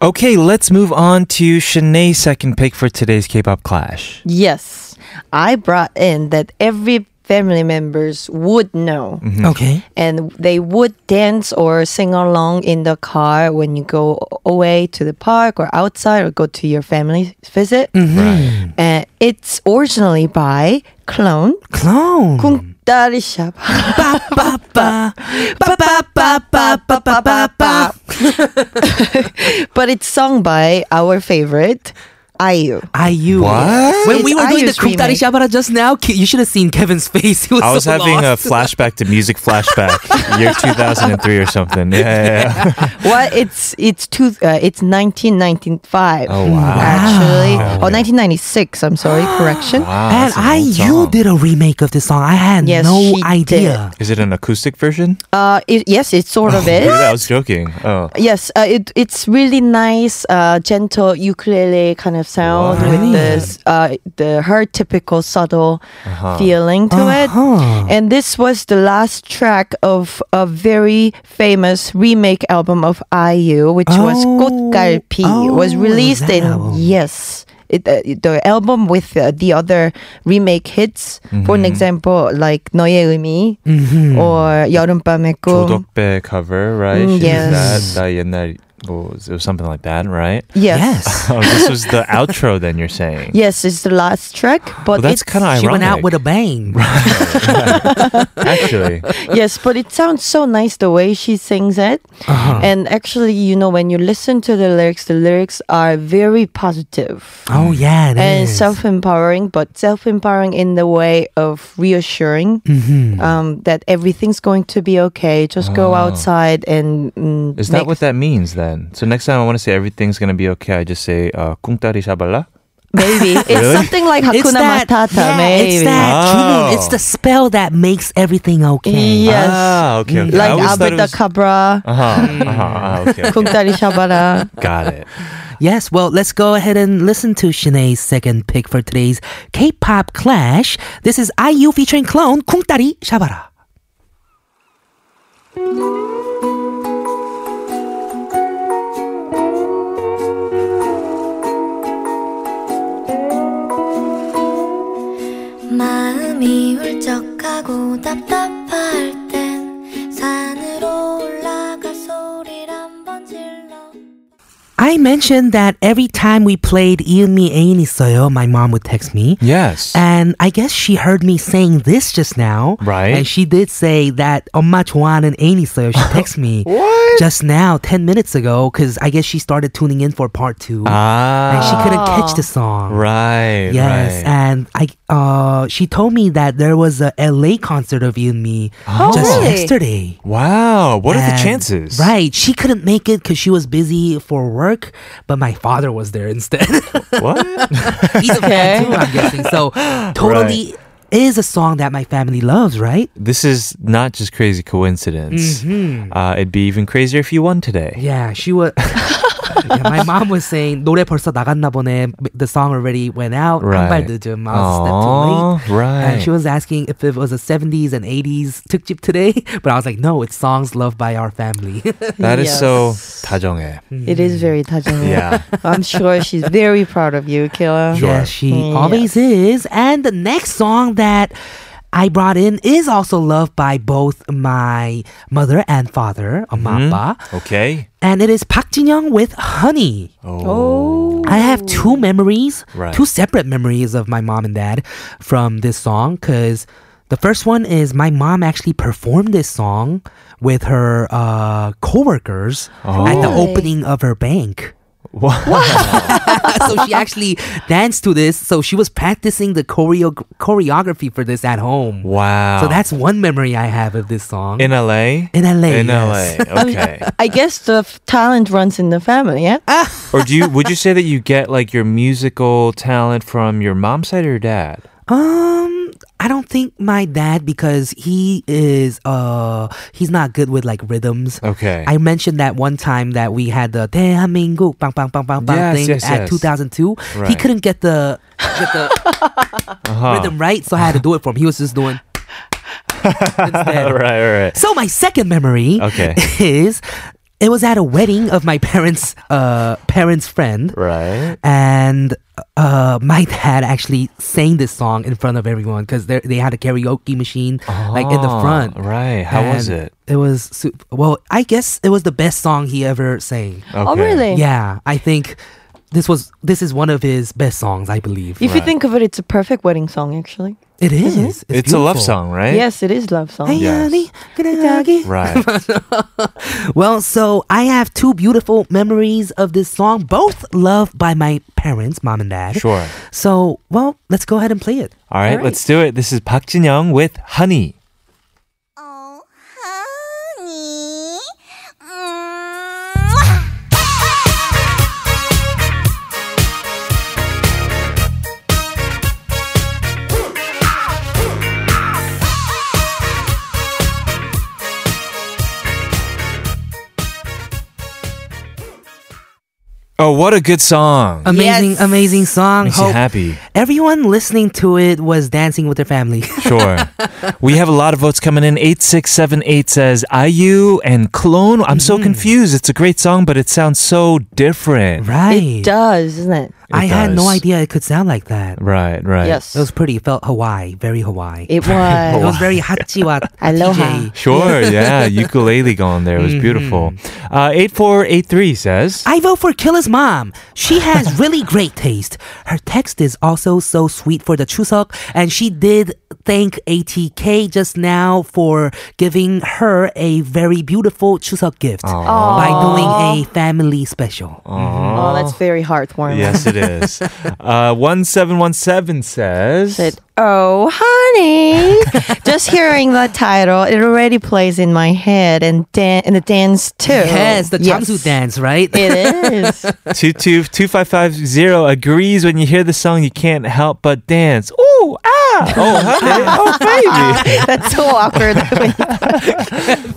[SPEAKER 2] Okay, let's move on to Shanae's second pick for today's K-pop Clash.
[SPEAKER 5] Yes. I brought in that every family members would know
[SPEAKER 2] Mm.
[SPEAKER 1] Okay.
[SPEAKER 5] and they would dance or sing along in the car when you go away to the park or outside or go to your family visit.
[SPEAKER 2] Mm-hmm. Right.
[SPEAKER 5] And it's originally by Clone
[SPEAKER 1] Clown.
[SPEAKER 5] Kungdari Shop.
[SPEAKER 1] Ba, ba, ba, ba, ba, ba, ba, ba, ba, ba.
[SPEAKER 5] [laughs] but it's sung by our favorite IU.
[SPEAKER 1] IU.
[SPEAKER 2] What?
[SPEAKER 1] When we
[SPEAKER 5] It's
[SPEAKER 1] were doing the
[SPEAKER 5] IU's
[SPEAKER 1] Kukdari
[SPEAKER 5] remake.
[SPEAKER 1] Shabara just now, Ki- you should have seen Kevin's [laughs] face. He was
[SPEAKER 2] I was
[SPEAKER 1] so
[SPEAKER 2] having
[SPEAKER 1] lost.
[SPEAKER 2] a flashback to music [laughs] flashback, year 2003 or something. Yeah, yeah, yeah. [sighs]
[SPEAKER 5] Well, it's it's two uh, it's 1995
[SPEAKER 2] [laughs] Oh, wow.
[SPEAKER 5] actually or 1996 I'm
[SPEAKER 2] [gasps]
[SPEAKER 5] sorry correction
[SPEAKER 2] Wow,
[SPEAKER 1] And
[SPEAKER 2] that's an old
[SPEAKER 1] IU
[SPEAKER 2] song.
[SPEAKER 1] did a remake of this song. I had
[SPEAKER 5] Yes,
[SPEAKER 1] no
[SPEAKER 5] she
[SPEAKER 1] idea.
[SPEAKER 2] Is it an acoustic version?
[SPEAKER 5] uh it, yes it sort
[SPEAKER 2] [laughs]
[SPEAKER 5] of is
[SPEAKER 2] I was joking. Oh.
[SPEAKER 5] yes uh, it it's really nice uh gentle ukulele kind of sound
[SPEAKER 2] Wow.
[SPEAKER 5] with this uh the her typical subtle feeling to
[SPEAKER 1] Uh-huh.
[SPEAKER 5] it and this was the last track of a very famous remake album of IU which was
[SPEAKER 1] Oh.
[SPEAKER 5] 꽃갈피
[SPEAKER 1] Oh,
[SPEAKER 5] was released
[SPEAKER 1] that
[SPEAKER 5] in
[SPEAKER 1] album.
[SPEAKER 5] yes it, uh, the album with uh, the other remake hits
[SPEAKER 1] Mm-hmm.
[SPEAKER 5] for an example like 너의 의미
[SPEAKER 1] Hmm.
[SPEAKER 5] or
[SPEAKER 2] Oh.
[SPEAKER 5] 여름밤의 꿈
[SPEAKER 2] 조덕배 cover, right?
[SPEAKER 5] Mm,
[SPEAKER 2] She did
[SPEAKER 5] yes.
[SPEAKER 2] that, 나 옛날 뭐, it was something like that, right?
[SPEAKER 5] yes.
[SPEAKER 2] [laughs]
[SPEAKER 1] Yes.
[SPEAKER 2] Oh, this was the outro then you're
[SPEAKER 1] [laughs]
[SPEAKER 2] saying.
[SPEAKER 5] Yes, it's the last
[SPEAKER 2] [gasps]
[SPEAKER 5] track,
[SPEAKER 2] Well,
[SPEAKER 5] but
[SPEAKER 2] that's
[SPEAKER 5] it's,
[SPEAKER 2] kind of ironic.
[SPEAKER 1] She went out with a
[SPEAKER 2] [laughs]
[SPEAKER 1] bang.
[SPEAKER 2] actually.
[SPEAKER 5] [laughs] yes, but it sounds so nice the way she sings it.
[SPEAKER 2] Uh-huh.
[SPEAKER 5] And actually, you know, when you listen to the lyrics, the lyrics are very positive
[SPEAKER 1] Oh, yeah. it
[SPEAKER 5] and
[SPEAKER 1] is.
[SPEAKER 5] self-empowering, but self-empowering in the way of reassuring
[SPEAKER 2] Mm-hmm.
[SPEAKER 5] um, that everything's going to be okay. Just go outside and mm,
[SPEAKER 2] Oh. Is that
[SPEAKER 5] make-
[SPEAKER 2] what that means then? So next time I want to say everything's going to be okay, I just say uh, 꿍따리 샤발라?
[SPEAKER 5] [laughs]
[SPEAKER 2] [laughs]
[SPEAKER 5] maybe it's something like Hakuna
[SPEAKER 1] it's that,
[SPEAKER 5] Matata.
[SPEAKER 1] yeah,
[SPEAKER 5] maybe
[SPEAKER 1] It's that,
[SPEAKER 2] Oh.
[SPEAKER 1] Junun, it's the spell that makes everything okay.
[SPEAKER 5] yes,
[SPEAKER 2] Ah, okay. okay. I
[SPEAKER 5] like
[SPEAKER 2] always thought it was-
[SPEAKER 5] Abedacabra,
[SPEAKER 2] [laughs] Uh-huh, uh-huh, uh, okay, okay.
[SPEAKER 5] Kungtari Shabara.
[SPEAKER 2] [laughs] Got
[SPEAKER 1] [laughs]
[SPEAKER 2] it.
[SPEAKER 1] Yes, well, let's go ahead and listen to Shanae's second pick for today's K-pop clash. This is IU featuring Clone 쿵따리 샤바라.
[SPEAKER 4] 마음이 울적하고 답답할 땐 산으로 올라가 소리를 한번 질러
[SPEAKER 1] I mentioned that every time we played 이은미 애인 있어요, my mom would text me.
[SPEAKER 2] Yes.
[SPEAKER 1] And I guess she heard me saying this just now.
[SPEAKER 2] Right.
[SPEAKER 1] And she did say that 엄마 좋아하는 애인 있어요.
[SPEAKER 2] [laughs]
[SPEAKER 1] She texted me just now, 10 minutes ago, because I guess she started tuning in for part two. and she
[SPEAKER 2] ah.
[SPEAKER 1] couldn't catch the song.
[SPEAKER 2] right.
[SPEAKER 1] Yes,
[SPEAKER 2] Right.
[SPEAKER 1] and I uh she told me that there was a LA concert of you and me just
[SPEAKER 5] really?
[SPEAKER 1] yesterday.
[SPEAKER 2] wow. Oh, What are the
[SPEAKER 1] And-
[SPEAKER 2] chances?
[SPEAKER 1] Right, she couldn't make it because she was busy for work, but my father was there instead.
[SPEAKER 2] [laughs]
[SPEAKER 1] [laughs]
[SPEAKER 2] What?
[SPEAKER 1] He's a fan too, I'm guessing.
[SPEAKER 2] [laughs]
[SPEAKER 1] So, totally is a song that my family loves, right?
[SPEAKER 2] this is not just crazy coincidence. Uh, it'd be even crazier if you won today.
[SPEAKER 1] Mm-hmm. Yeah, she was. [laughs] yeah, my mom was saying 노래 벌써 나갔나 보네. The song already went out. 한발
[SPEAKER 2] Right.
[SPEAKER 1] 늦음. I was a step too late.
[SPEAKER 2] Aw,
[SPEAKER 1] [laughs]
[SPEAKER 2] right.
[SPEAKER 1] And she was asking if it was a 70s and 80s 특집 today, [laughs] but I was like, no, it's songs loved by our family. [laughs]
[SPEAKER 2] That is
[SPEAKER 5] Yes.
[SPEAKER 2] so 다정해.
[SPEAKER 5] It is very
[SPEAKER 1] Mm-hmm.
[SPEAKER 5] touching.
[SPEAKER 2] Yeah.
[SPEAKER 5] I'm sure she's very proud of you, Killa.
[SPEAKER 2] Sure.
[SPEAKER 1] Yes, she
[SPEAKER 5] Mm,
[SPEAKER 1] always is. And the next song that I brought in is also loved by both my mother and father, 엄마 아빠.
[SPEAKER 2] Okay.
[SPEAKER 1] And it is Park Jin-young with Honey. [laughs]
[SPEAKER 2] Oh.
[SPEAKER 1] I have two memories,
[SPEAKER 2] Right.
[SPEAKER 1] two separate memories of my mom and dad from this song because the first one is my mom actually performed this song with her uh, coworkers at the
[SPEAKER 2] Oh.
[SPEAKER 5] Really?
[SPEAKER 1] opening of her bank. [laughs]
[SPEAKER 2] What?
[SPEAKER 1] so she actually danced to this. So she was practicing the choreo- choreography for this at home.
[SPEAKER 2] wow.
[SPEAKER 1] So that's one memory I have of this song.
[SPEAKER 2] in LA.
[SPEAKER 1] In LA,
[SPEAKER 2] In
[SPEAKER 1] yes.
[SPEAKER 2] LA. Okay.
[SPEAKER 5] Um, I guess the f- talent runs in the family, yeah?
[SPEAKER 2] or do you? Would you say that you get like your musical talent from your mom's side or your dad?
[SPEAKER 1] Um, I don't think my dad because he is uh he's not good with like rhythms.
[SPEAKER 2] Okay.
[SPEAKER 1] I mentioned that one time that we had the 대한민국 bang bang bang bang bang
[SPEAKER 2] Yes,
[SPEAKER 1] thing
[SPEAKER 2] yes,
[SPEAKER 1] at
[SPEAKER 2] yes.
[SPEAKER 1] 2002. He
[SPEAKER 2] Right.
[SPEAKER 1] couldn't get the get
[SPEAKER 2] [laughs]
[SPEAKER 1] the
[SPEAKER 2] uh-huh.
[SPEAKER 1] rhythm right, so I had to do it for him. He was just doing instead.
[SPEAKER 2] All [laughs] right. All right.
[SPEAKER 1] So my second memory
[SPEAKER 2] Okay.
[SPEAKER 1] [laughs] is it was at a wedding of my parents' uh parents' friend.
[SPEAKER 2] Right.
[SPEAKER 1] and uh, my [laughs] dad actually sang this song in front of everyone because they had a karaoke machine like in the
[SPEAKER 2] Ah,
[SPEAKER 1] front.
[SPEAKER 2] Right. How was
[SPEAKER 1] And
[SPEAKER 2] it?
[SPEAKER 1] It was su- well, I guess it was the best song he ever sang.
[SPEAKER 5] Oh,
[SPEAKER 2] Okay.
[SPEAKER 5] really?
[SPEAKER 1] Yeah, I think this was this is one of his best songs, I believe.
[SPEAKER 5] If you think of it, it's a perfect wedding song, actually.
[SPEAKER 1] It is. It's,
[SPEAKER 2] It's, a love
[SPEAKER 1] beautiful.
[SPEAKER 2] song, right?
[SPEAKER 5] Yes, it is love song.
[SPEAKER 1] Hey,
[SPEAKER 2] Yes.
[SPEAKER 1] honey, gonna hug you.
[SPEAKER 2] Right.
[SPEAKER 1] [laughs] Well, so I have two beautiful memories of this song, both loved by my parents, mom and dad.
[SPEAKER 2] sure.
[SPEAKER 1] So, well, let's go ahead and play it.
[SPEAKER 2] All right, let's do it. This is Park Jin Young with Honey.
[SPEAKER 4] 어, 하니. 음.
[SPEAKER 2] Oh, what a good song.
[SPEAKER 1] Amazing,
[SPEAKER 5] Yes.
[SPEAKER 1] amazing song.
[SPEAKER 2] Makes you
[SPEAKER 1] Hope
[SPEAKER 2] happy.
[SPEAKER 1] Everyone listening to it was dancing with their
[SPEAKER 5] [laughs]
[SPEAKER 1] family.
[SPEAKER 2] Sure. we have a lot of votes coming in. 8678 says IU and Clone. I'm so
[SPEAKER 5] Mm.
[SPEAKER 2] confused. It's a great song, but it sounds so different.
[SPEAKER 1] right.
[SPEAKER 5] It does, isn't it?
[SPEAKER 1] I had no
[SPEAKER 2] does.
[SPEAKER 1] idea it could sound like that.
[SPEAKER 2] Right, right.
[SPEAKER 5] Yes.
[SPEAKER 1] It was pretty. It felt Hawaii, very Hawaii. [laughs] It
[SPEAKER 5] It
[SPEAKER 1] was
[SPEAKER 5] was.
[SPEAKER 1] very hachiwa.
[SPEAKER 5] [laughs] Aloha. [laughs]
[SPEAKER 2] Sure, yeah. Ukulele going there. It was beautiful.
[SPEAKER 5] Mm-hmm.
[SPEAKER 2] Uh, 8483 says
[SPEAKER 1] I vote for Killa's mom. She has really great taste. Her text is also so sweet for the Chuseok, and she did thank ATK just now for giving her a very beautiful Chuseok gift by doing a family special.
[SPEAKER 5] Oh, [laughs] that's very heartwarming.
[SPEAKER 2] Yes, it is. uh, 1717 says [laughs]
[SPEAKER 5] Said, oh,
[SPEAKER 1] [laughs]
[SPEAKER 5] honey. Just hearing the title, it already plays in my head and, dan- and the dance too.
[SPEAKER 1] Yes, the
[SPEAKER 5] Yes.
[SPEAKER 1] Changsu dance, right?
[SPEAKER 5] It
[SPEAKER 1] [laughs]
[SPEAKER 5] is.
[SPEAKER 2] 222550 agrees when you hear the song you can't help but dance. Ooh,
[SPEAKER 5] [laughs]
[SPEAKER 2] ah. Oh, honey. Oh, baby.
[SPEAKER 5] That's so awkward.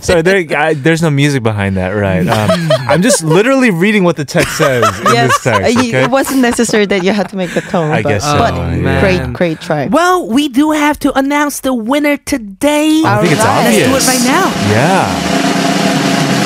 [SPEAKER 1] [laughs]
[SPEAKER 5] [laughs]
[SPEAKER 2] Sorry, there, I, there's no music behind that, right? Um, [laughs] I'm just literally reading what the text says in this text,
[SPEAKER 5] Uh, you-
[SPEAKER 2] okay?
[SPEAKER 5] It wasn't necessary that you had to make the tone.
[SPEAKER 2] I
[SPEAKER 5] but,
[SPEAKER 2] guess so,
[SPEAKER 5] But
[SPEAKER 2] yeah.
[SPEAKER 5] great, great try.
[SPEAKER 1] Well, we do have to announce the winner today.
[SPEAKER 2] I think it's
[SPEAKER 5] Alright.
[SPEAKER 1] Let's
[SPEAKER 2] obvious.
[SPEAKER 1] do it right now.
[SPEAKER 2] Yeah.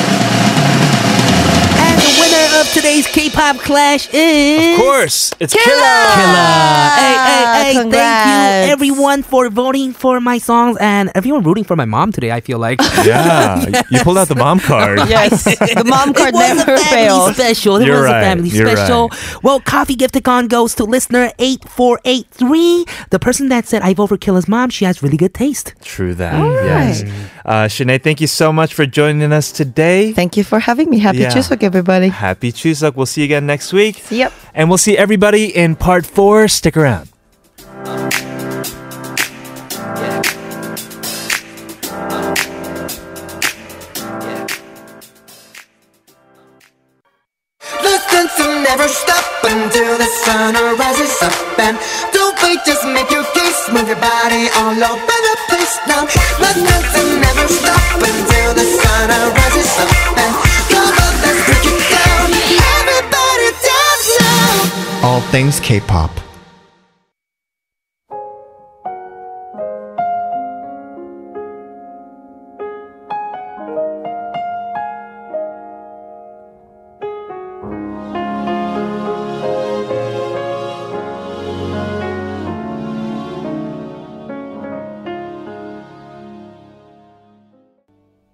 [SPEAKER 1] And the winner of today's K-pop clash is
[SPEAKER 2] Of course. It's
[SPEAKER 1] Killa.
[SPEAKER 2] Killa.
[SPEAKER 1] Killa. Hey, hey, hey! Thank you,
[SPEAKER 5] Yes.
[SPEAKER 1] everyone for voting for my songs and everyone rooting for my mom today. I feel like
[SPEAKER 2] Yeah, you pulled out the mom card.
[SPEAKER 1] [laughs]
[SPEAKER 5] Yes, [laughs] the mom card
[SPEAKER 1] it was a
[SPEAKER 5] never
[SPEAKER 1] family
[SPEAKER 5] fails.
[SPEAKER 1] special. It
[SPEAKER 2] You're
[SPEAKER 1] was
[SPEAKER 2] right.
[SPEAKER 1] a family
[SPEAKER 2] You're
[SPEAKER 1] special. Well, coffee gifticon goes to listener eight four eight three. The person that said I vote for Killer's mom. She has really good taste.
[SPEAKER 2] True that. Yes. Uh, Sinead, thank you so much for joining us today.
[SPEAKER 5] Thank you for having me. Happy
[SPEAKER 2] Yeah.
[SPEAKER 5] Chuseok, everybody.
[SPEAKER 2] Happy Chuseok. We'll see you again next week.
[SPEAKER 5] Yep.
[SPEAKER 2] And we'll see everybody in part four. Stick around.
[SPEAKER 3] Listen to never stop until the sun rises up and don't wait, just make your case, move your body all over the place now. Listen to never stop until the sun rises up and come on, let's break it down. Everybody dance now. All things K-pop.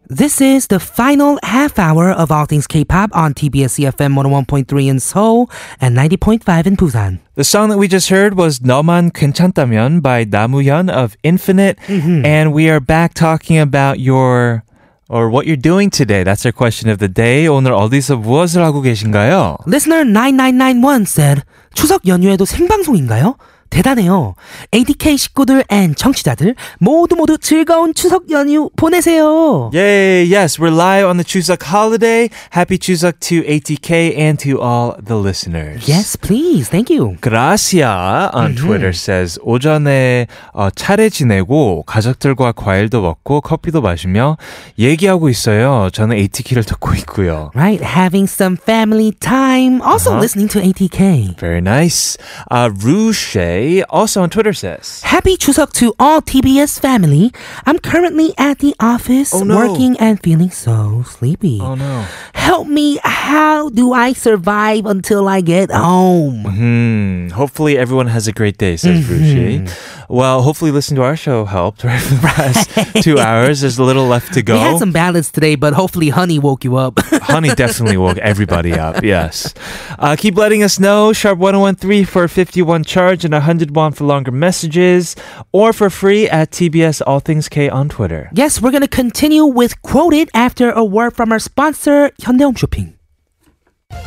[SPEAKER 1] This is the final half hour of All Things K-pop on TBS EFM 101.3 in Seoul and 90.5 in Busan.
[SPEAKER 2] The song that we just heard was 너만 괜찮다면 by Namuyeon of Infinite. And we are back talking about your or what you're doing today. That's our question of the day. 오늘 어디서 무엇을 하고 계신가요?
[SPEAKER 1] Listener 9991 said, 추석 연휴에도 생방송인가요? 대단해요. ADK 식구들 and 청취자들 모두 모두 즐거운 추석 연휴 보내세요.
[SPEAKER 2] Yay! Yes, we're live on the Chuseok holiday. Happy Chuseok to ATK and to all the listeners.
[SPEAKER 1] Yes, please. Thank you.
[SPEAKER 2] Gracia on Twitter says 오전에 어, 차례 지내고 가족들과 과일도 먹고 커피도 마시며 얘기하고 있어요. 저는 ATK를 듣고 있고요.
[SPEAKER 1] Right, having some family time. Also listening to ATK.
[SPEAKER 2] Very nice. Uh, Ruche also on Twitter says.
[SPEAKER 1] Happy Chuseok to all TBS family. I'm currently at the office
[SPEAKER 2] Oh, no.
[SPEAKER 1] working and feeling so sleepy.
[SPEAKER 2] Oh no.
[SPEAKER 1] Help me. How do I survive until I get home?
[SPEAKER 2] Hmm. Hopefully everyone has a great day, says
[SPEAKER 1] Mm-hmm.
[SPEAKER 2] Ruche. Well, hopefully listening to our show helped [laughs] right for the past
[SPEAKER 1] [laughs]
[SPEAKER 2] two hours. There's a little left to go.
[SPEAKER 1] We had some ballads today, but hopefully Honey woke you up.
[SPEAKER 2] [laughs]
[SPEAKER 1] [laughs]
[SPEAKER 2] Honey definitely woke everybody up. Yes. Uh, keep letting us know. Sharp 1013 for a 51 charge and 100 won for longer messages or for free at TBS All Things K on Twitter.
[SPEAKER 1] yes, we're going to continue with Quoted after a word from our sponsor, Hyundai Shopping.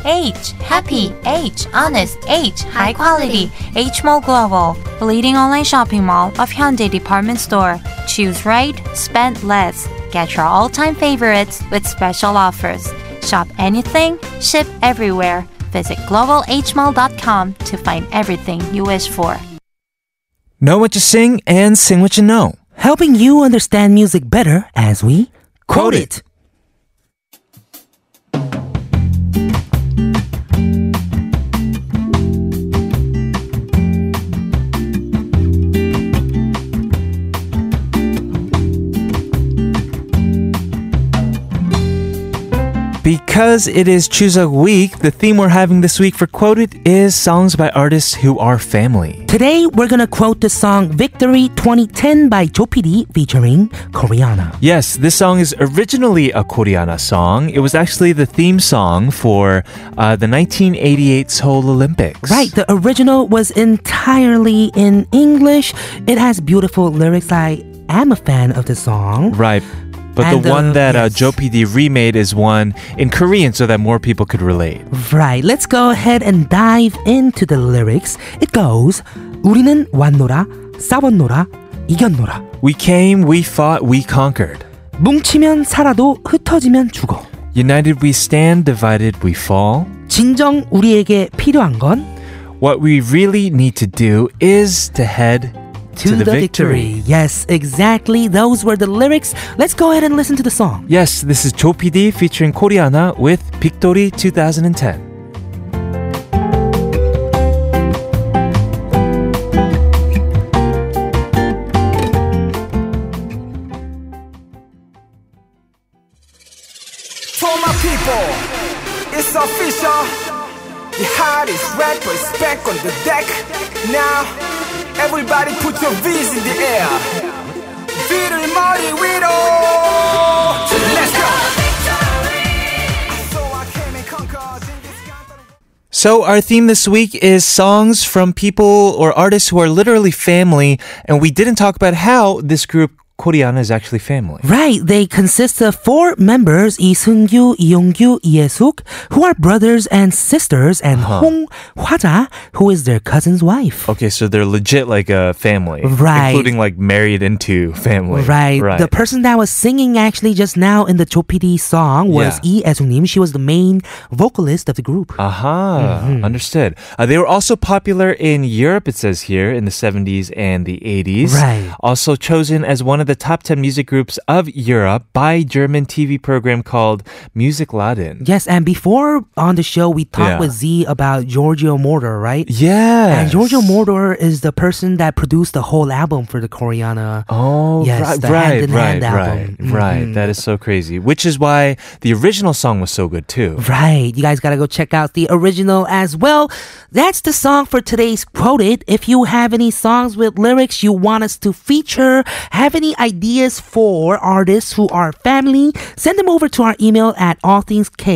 [SPEAKER 7] H. Happy. H. Honest. H. High quality. H. Mall Global. The leading online shopping mall of Hyundai Department Store. Choose right, spend less. Get your all time favorites with special offers. Shop anything, ship everywhere. Visit globalhmall.com to find everything you wish for.
[SPEAKER 2] Know what you sing and sing what you know.
[SPEAKER 1] Helping you understand music better as we quote
[SPEAKER 2] Quote
[SPEAKER 1] it.
[SPEAKER 2] it. Because it is Chuseok week, the theme we're having this week for Quoted is songs by artists who are family.
[SPEAKER 1] Today, we're going to quote the song Victory 2010 by Jopidi featuring Koreana.
[SPEAKER 2] Yes, this song is originally a Koreana song. It was actually the theme song for uh, the 1988 Seoul Olympics.
[SPEAKER 1] Right, the original was entirely in English. It has beautiful lyrics. I am a fan of the song.
[SPEAKER 2] Right. But
[SPEAKER 1] And,
[SPEAKER 2] the
[SPEAKER 1] uh,
[SPEAKER 2] one that
[SPEAKER 1] yes.
[SPEAKER 2] uh, Joe PD remade is one in Korean so that more people could relate.
[SPEAKER 1] Right, let's go ahead and dive into the lyrics. It goes 우리는 왔노라, 싸웠노라, 이겼노라.
[SPEAKER 2] We came, we fought, we conquered.
[SPEAKER 1] 뭉치면 살아도 흩어지면 죽어.
[SPEAKER 2] United we stand, divided we fall.
[SPEAKER 1] 진정 우리에게 필요한 건
[SPEAKER 2] What we really need to do is to head to, the, victory.
[SPEAKER 1] Yes, exactly. Those were the lyrics. Let's go ahead and listen to the song.
[SPEAKER 2] Yes, this is Joe PD featuring Koreana with Victory 2010.
[SPEAKER 8] For my people, it's official. The hottest rappers back on the deck. Now, Everybody put your V's in the air. V를 머리 위로. Let's go. So I came and conquered in this country.
[SPEAKER 2] So, our theme this week is songs from people or artists who are literally family, and we didn't talk about how this group, Koreana, is actually family.
[SPEAKER 1] Right, they consist of four members, 이승규, 이용규, 이예숙, who are brothers and sisters, and
[SPEAKER 2] Uh-huh.
[SPEAKER 1] Hong Hwaja, who is their cousin's wife.
[SPEAKER 2] Okay, so they're legit like a family.
[SPEAKER 1] Right.
[SPEAKER 2] Including like married into family.
[SPEAKER 1] Right.
[SPEAKER 2] Right.
[SPEAKER 1] The person that was singing actually just now in the Chopidi song was
[SPEAKER 2] Yeah. Uh.
[SPEAKER 1] Lee Esungnim. She was the main vocalist of the group.
[SPEAKER 2] Aha,
[SPEAKER 1] Mm-hmm.
[SPEAKER 2] understood. Uh, they were also popular in Europe, it says here, in the 70s and the 80s.
[SPEAKER 1] Right.
[SPEAKER 2] Also chosen as one of the top 10 music groups of Europe by German TV program called Music Laden.
[SPEAKER 1] Yes, and before on the show, we talked
[SPEAKER 2] Yeah.
[SPEAKER 1] with Z about Giorgio Moroder, right?
[SPEAKER 2] Yeah.
[SPEAKER 1] And Giorgio Moroder is the person that produced the whole album for the Koreana.
[SPEAKER 2] Oh,
[SPEAKER 1] Yes,
[SPEAKER 2] right,
[SPEAKER 1] the
[SPEAKER 2] right,
[SPEAKER 1] Hand in
[SPEAKER 2] right,
[SPEAKER 1] Hand
[SPEAKER 2] right,
[SPEAKER 1] album. Mm-hmm.
[SPEAKER 2] right. That is so crazy. Which is why the original song was so good too.
[SPEAKER 1] Right. You guys got to go check out the original as well. That's the song for today's quoted. If you have any songs with lyrics you want us to feature, have any ideas for artists who are family, send them over to our email at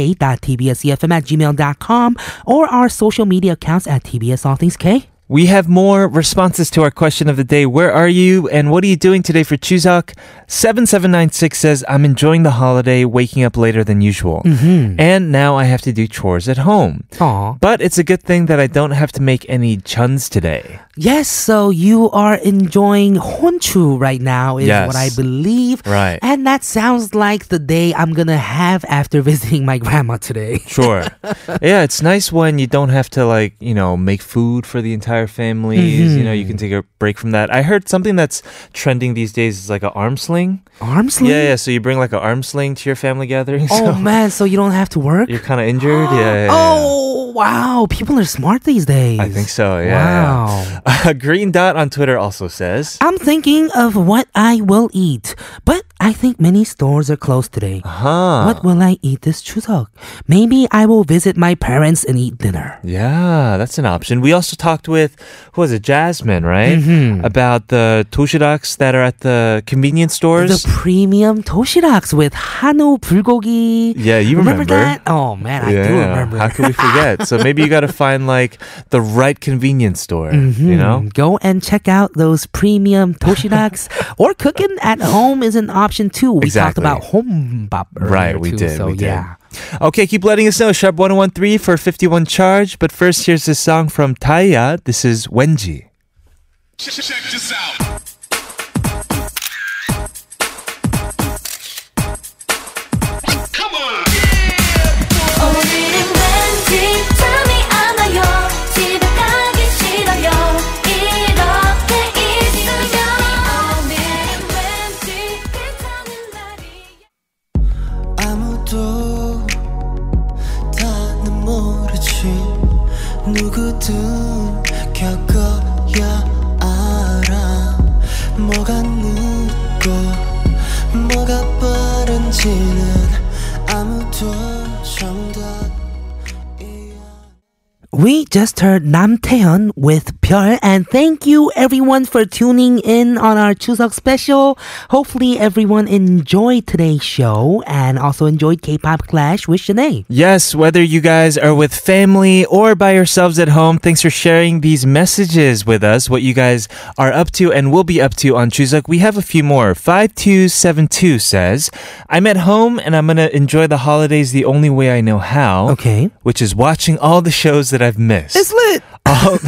[SPEAKER 1] allthingsk.tbscfm at gmail.com or our social media accounts at tbs all things k.
[SPEAKER 2] We have more responses to our question of the day. Where are you and what are you doing today for Chuseok? 7796 says, I'm enjoying the holiday, waking up later than usual. And now I have to do chores at home.
[SPEAKER 1] Aw.
[SPEAKER 2] But it's a good thing that I don't have to make any chuns today.
[SPEAKER 1] Yes, so you are enjoying Honchu right now, is
[SPEAKER 2] Yes.
[SPEAKER 1] what I believe.
[SPEAKER 2] Right.
[SPEAKER 1] And that sounds like the day I'm going to have after [laughs] visiting my grandma today.
[SPEAKER 2] Sure. [laughs] yeah, it's nice when you don't have to like, you know, make food for the entire families. You know, you can take a break from that. I heard something that's trending these days is like an arm sling.
[SPEAKER 1] Arm sling?
[SPEAKER 2] Yeah, yeah. So you bring like an arm sling to your family gathering. [laughs]
[SPEAKER 1] Oh
[SPEAKER 2] so
[SPEAKER 1] man, so you don't have to work?
[SPEAKER 2] You're kind of injured. yeah, yeah, yeah.
[SPEAKER 1] Oh wow, people are smart these days.
[SPEAKER 2] I think so. Yeah. [laughs]
[SPEAKER 1] Wow.
[SPEAKER 2] yeah. Green Dot on Twitter also says.
[SPEAKER 1] I'm thinking of what I will eat, but I think many stores are closed today.
[SPEAKER 2] Huh.
[SPEAKER 1] What will I eat this Chuseok? Maybe I will visit my parents and eat dinner.
[SPEAKER 2] Yeah, that's an option. We also talked with who was it, Jasmine, right?
[SPEAKER 1] Mm-hmm.
[SPEAKER 2] About the toshirak's that are at the convenience stores.
[SPEAKER 1] The premium toshiraks with Hanu bulgogi.
[SPEAKER 2] Yeah, you remember.
[SPEAKER 1] that? Oh man, I do remember.
[SPEAKER 2] How could we forget? so maybe you got to
[SPEAKER 1] [laughs]
[SPEAKER 2] find like the right convenience store,
[SPEAKER 1] Mm-hmm.
[SPEAKER 2] you know?
[SPEAKER 1] Go and check out those premium
[SPEAKER 2] [laughs]
[SPEAKER 1] toshiraks or cooking at home is an option too. We talked
[SPEAKER 2] Exactly.
[SPEAKER 1] about home bop earlier,
[SPEAKER 2] Right, we
[SPEAKER 1] too,
[SPEAKER 2] did.
[SPEAKER 1] So
[SPEAKER 2] we did.
[SPEAKER 1] yeah.
[SPEAKER 2] Okay, keep letting us know. Sharp 1013 for 51 charge. But first, here's this song from Taya. This is Wenji.
[SPEAKER 9] Check this out. Come on.
[SPEAKER 4] 오늘은 왠지 잠이 안 와요 집에 가기 싫어요 이렇게 있으면 오늘은 왠지 괜찮은 날이
[SPEAKER 3] 아무도 다는 모르지 누구든 겪어야 알아 뭐가 늦고 뭐가 빠른지는 아무도 정답이야
[SPEAKER 1] We just heard Nam Taehyun with Pyeol, and thank you everyone for tuning in on our Chuseok special. Hopefully, everyone enjoyed today's show and also enjoyed K-pop Clash with Shanae.
[SPEAKER 2] Yes, whether you guys are with family or by yourselves at home, thanks for sharing these messages with us, what you guys are up to and will be up to on Chuseok. We have a few more. 5272 says, I'm at home and I'm going to enjoy the holidays the only way I know how.
[SPEAKER 1] Okay.
[SPEAKER 2] Which is watching all the shows that I've missed.
[SPEAKER 1] lit.
[SPEAKER 2] [laughs] all,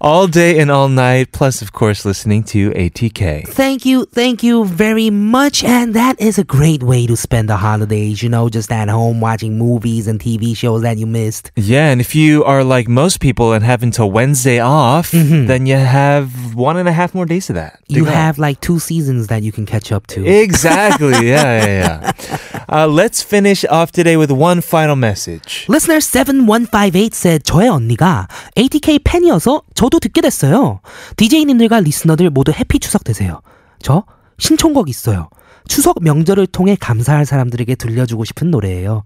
[SPEAKER 2] all day and all night, plus, of course, listening to ATK.
[SPEAKER 1] Thank you, thank you very much. And that is a great way to spend the holidays, you know, just at home watching movies and TV shows that you missed.
[SPEAKER 2] Yeah, and if you are like most people and have until Wednesday off, then you have one and a half more days of that. to
[SPEAKER 1] Mm-hmm. You
[SPEAKER 2] go.
[SPEAKER 1] have like two seasons that you can catch up to.
[SPEAKER 2] Exactly.
[SPEAKER 1] [laughs]
[SPEAKER 2] Yeah, yeah, yeah. Uh, let's finish off today with one final message.
[SPEAKER 1] Listener 7158 said 저의 언니가 ATK 팬이어서 저도 듣게 됐어요. DJ님들과 리스너들 모두 해피 추석 되세요. 저 신청곡 있어요. 추석 명절을 통해 감사할 사람들에게 들려주고 싶은 노래예요.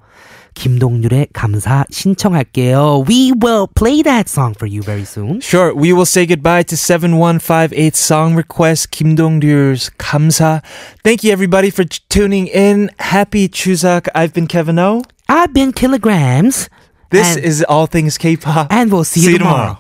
[SPEAKER 1] 김동률의 감사 신청할게요. We will play that song for you very soon.
[SPEAKER 2] Sure, we will say goodbye to 7158 song request Kim Dong-ryul's Kamsa. Thank you everybody for t- tuning in. Happy Chuseok. I've been Kevin O.
[SPEAKER 1] I've been kilograms.
[SPEAKER 2] This
[SPEAKER 1] And-
[SPEAKER 2] is all things K-pop.
[SPEAKER 1] And we'll see you tomorrow.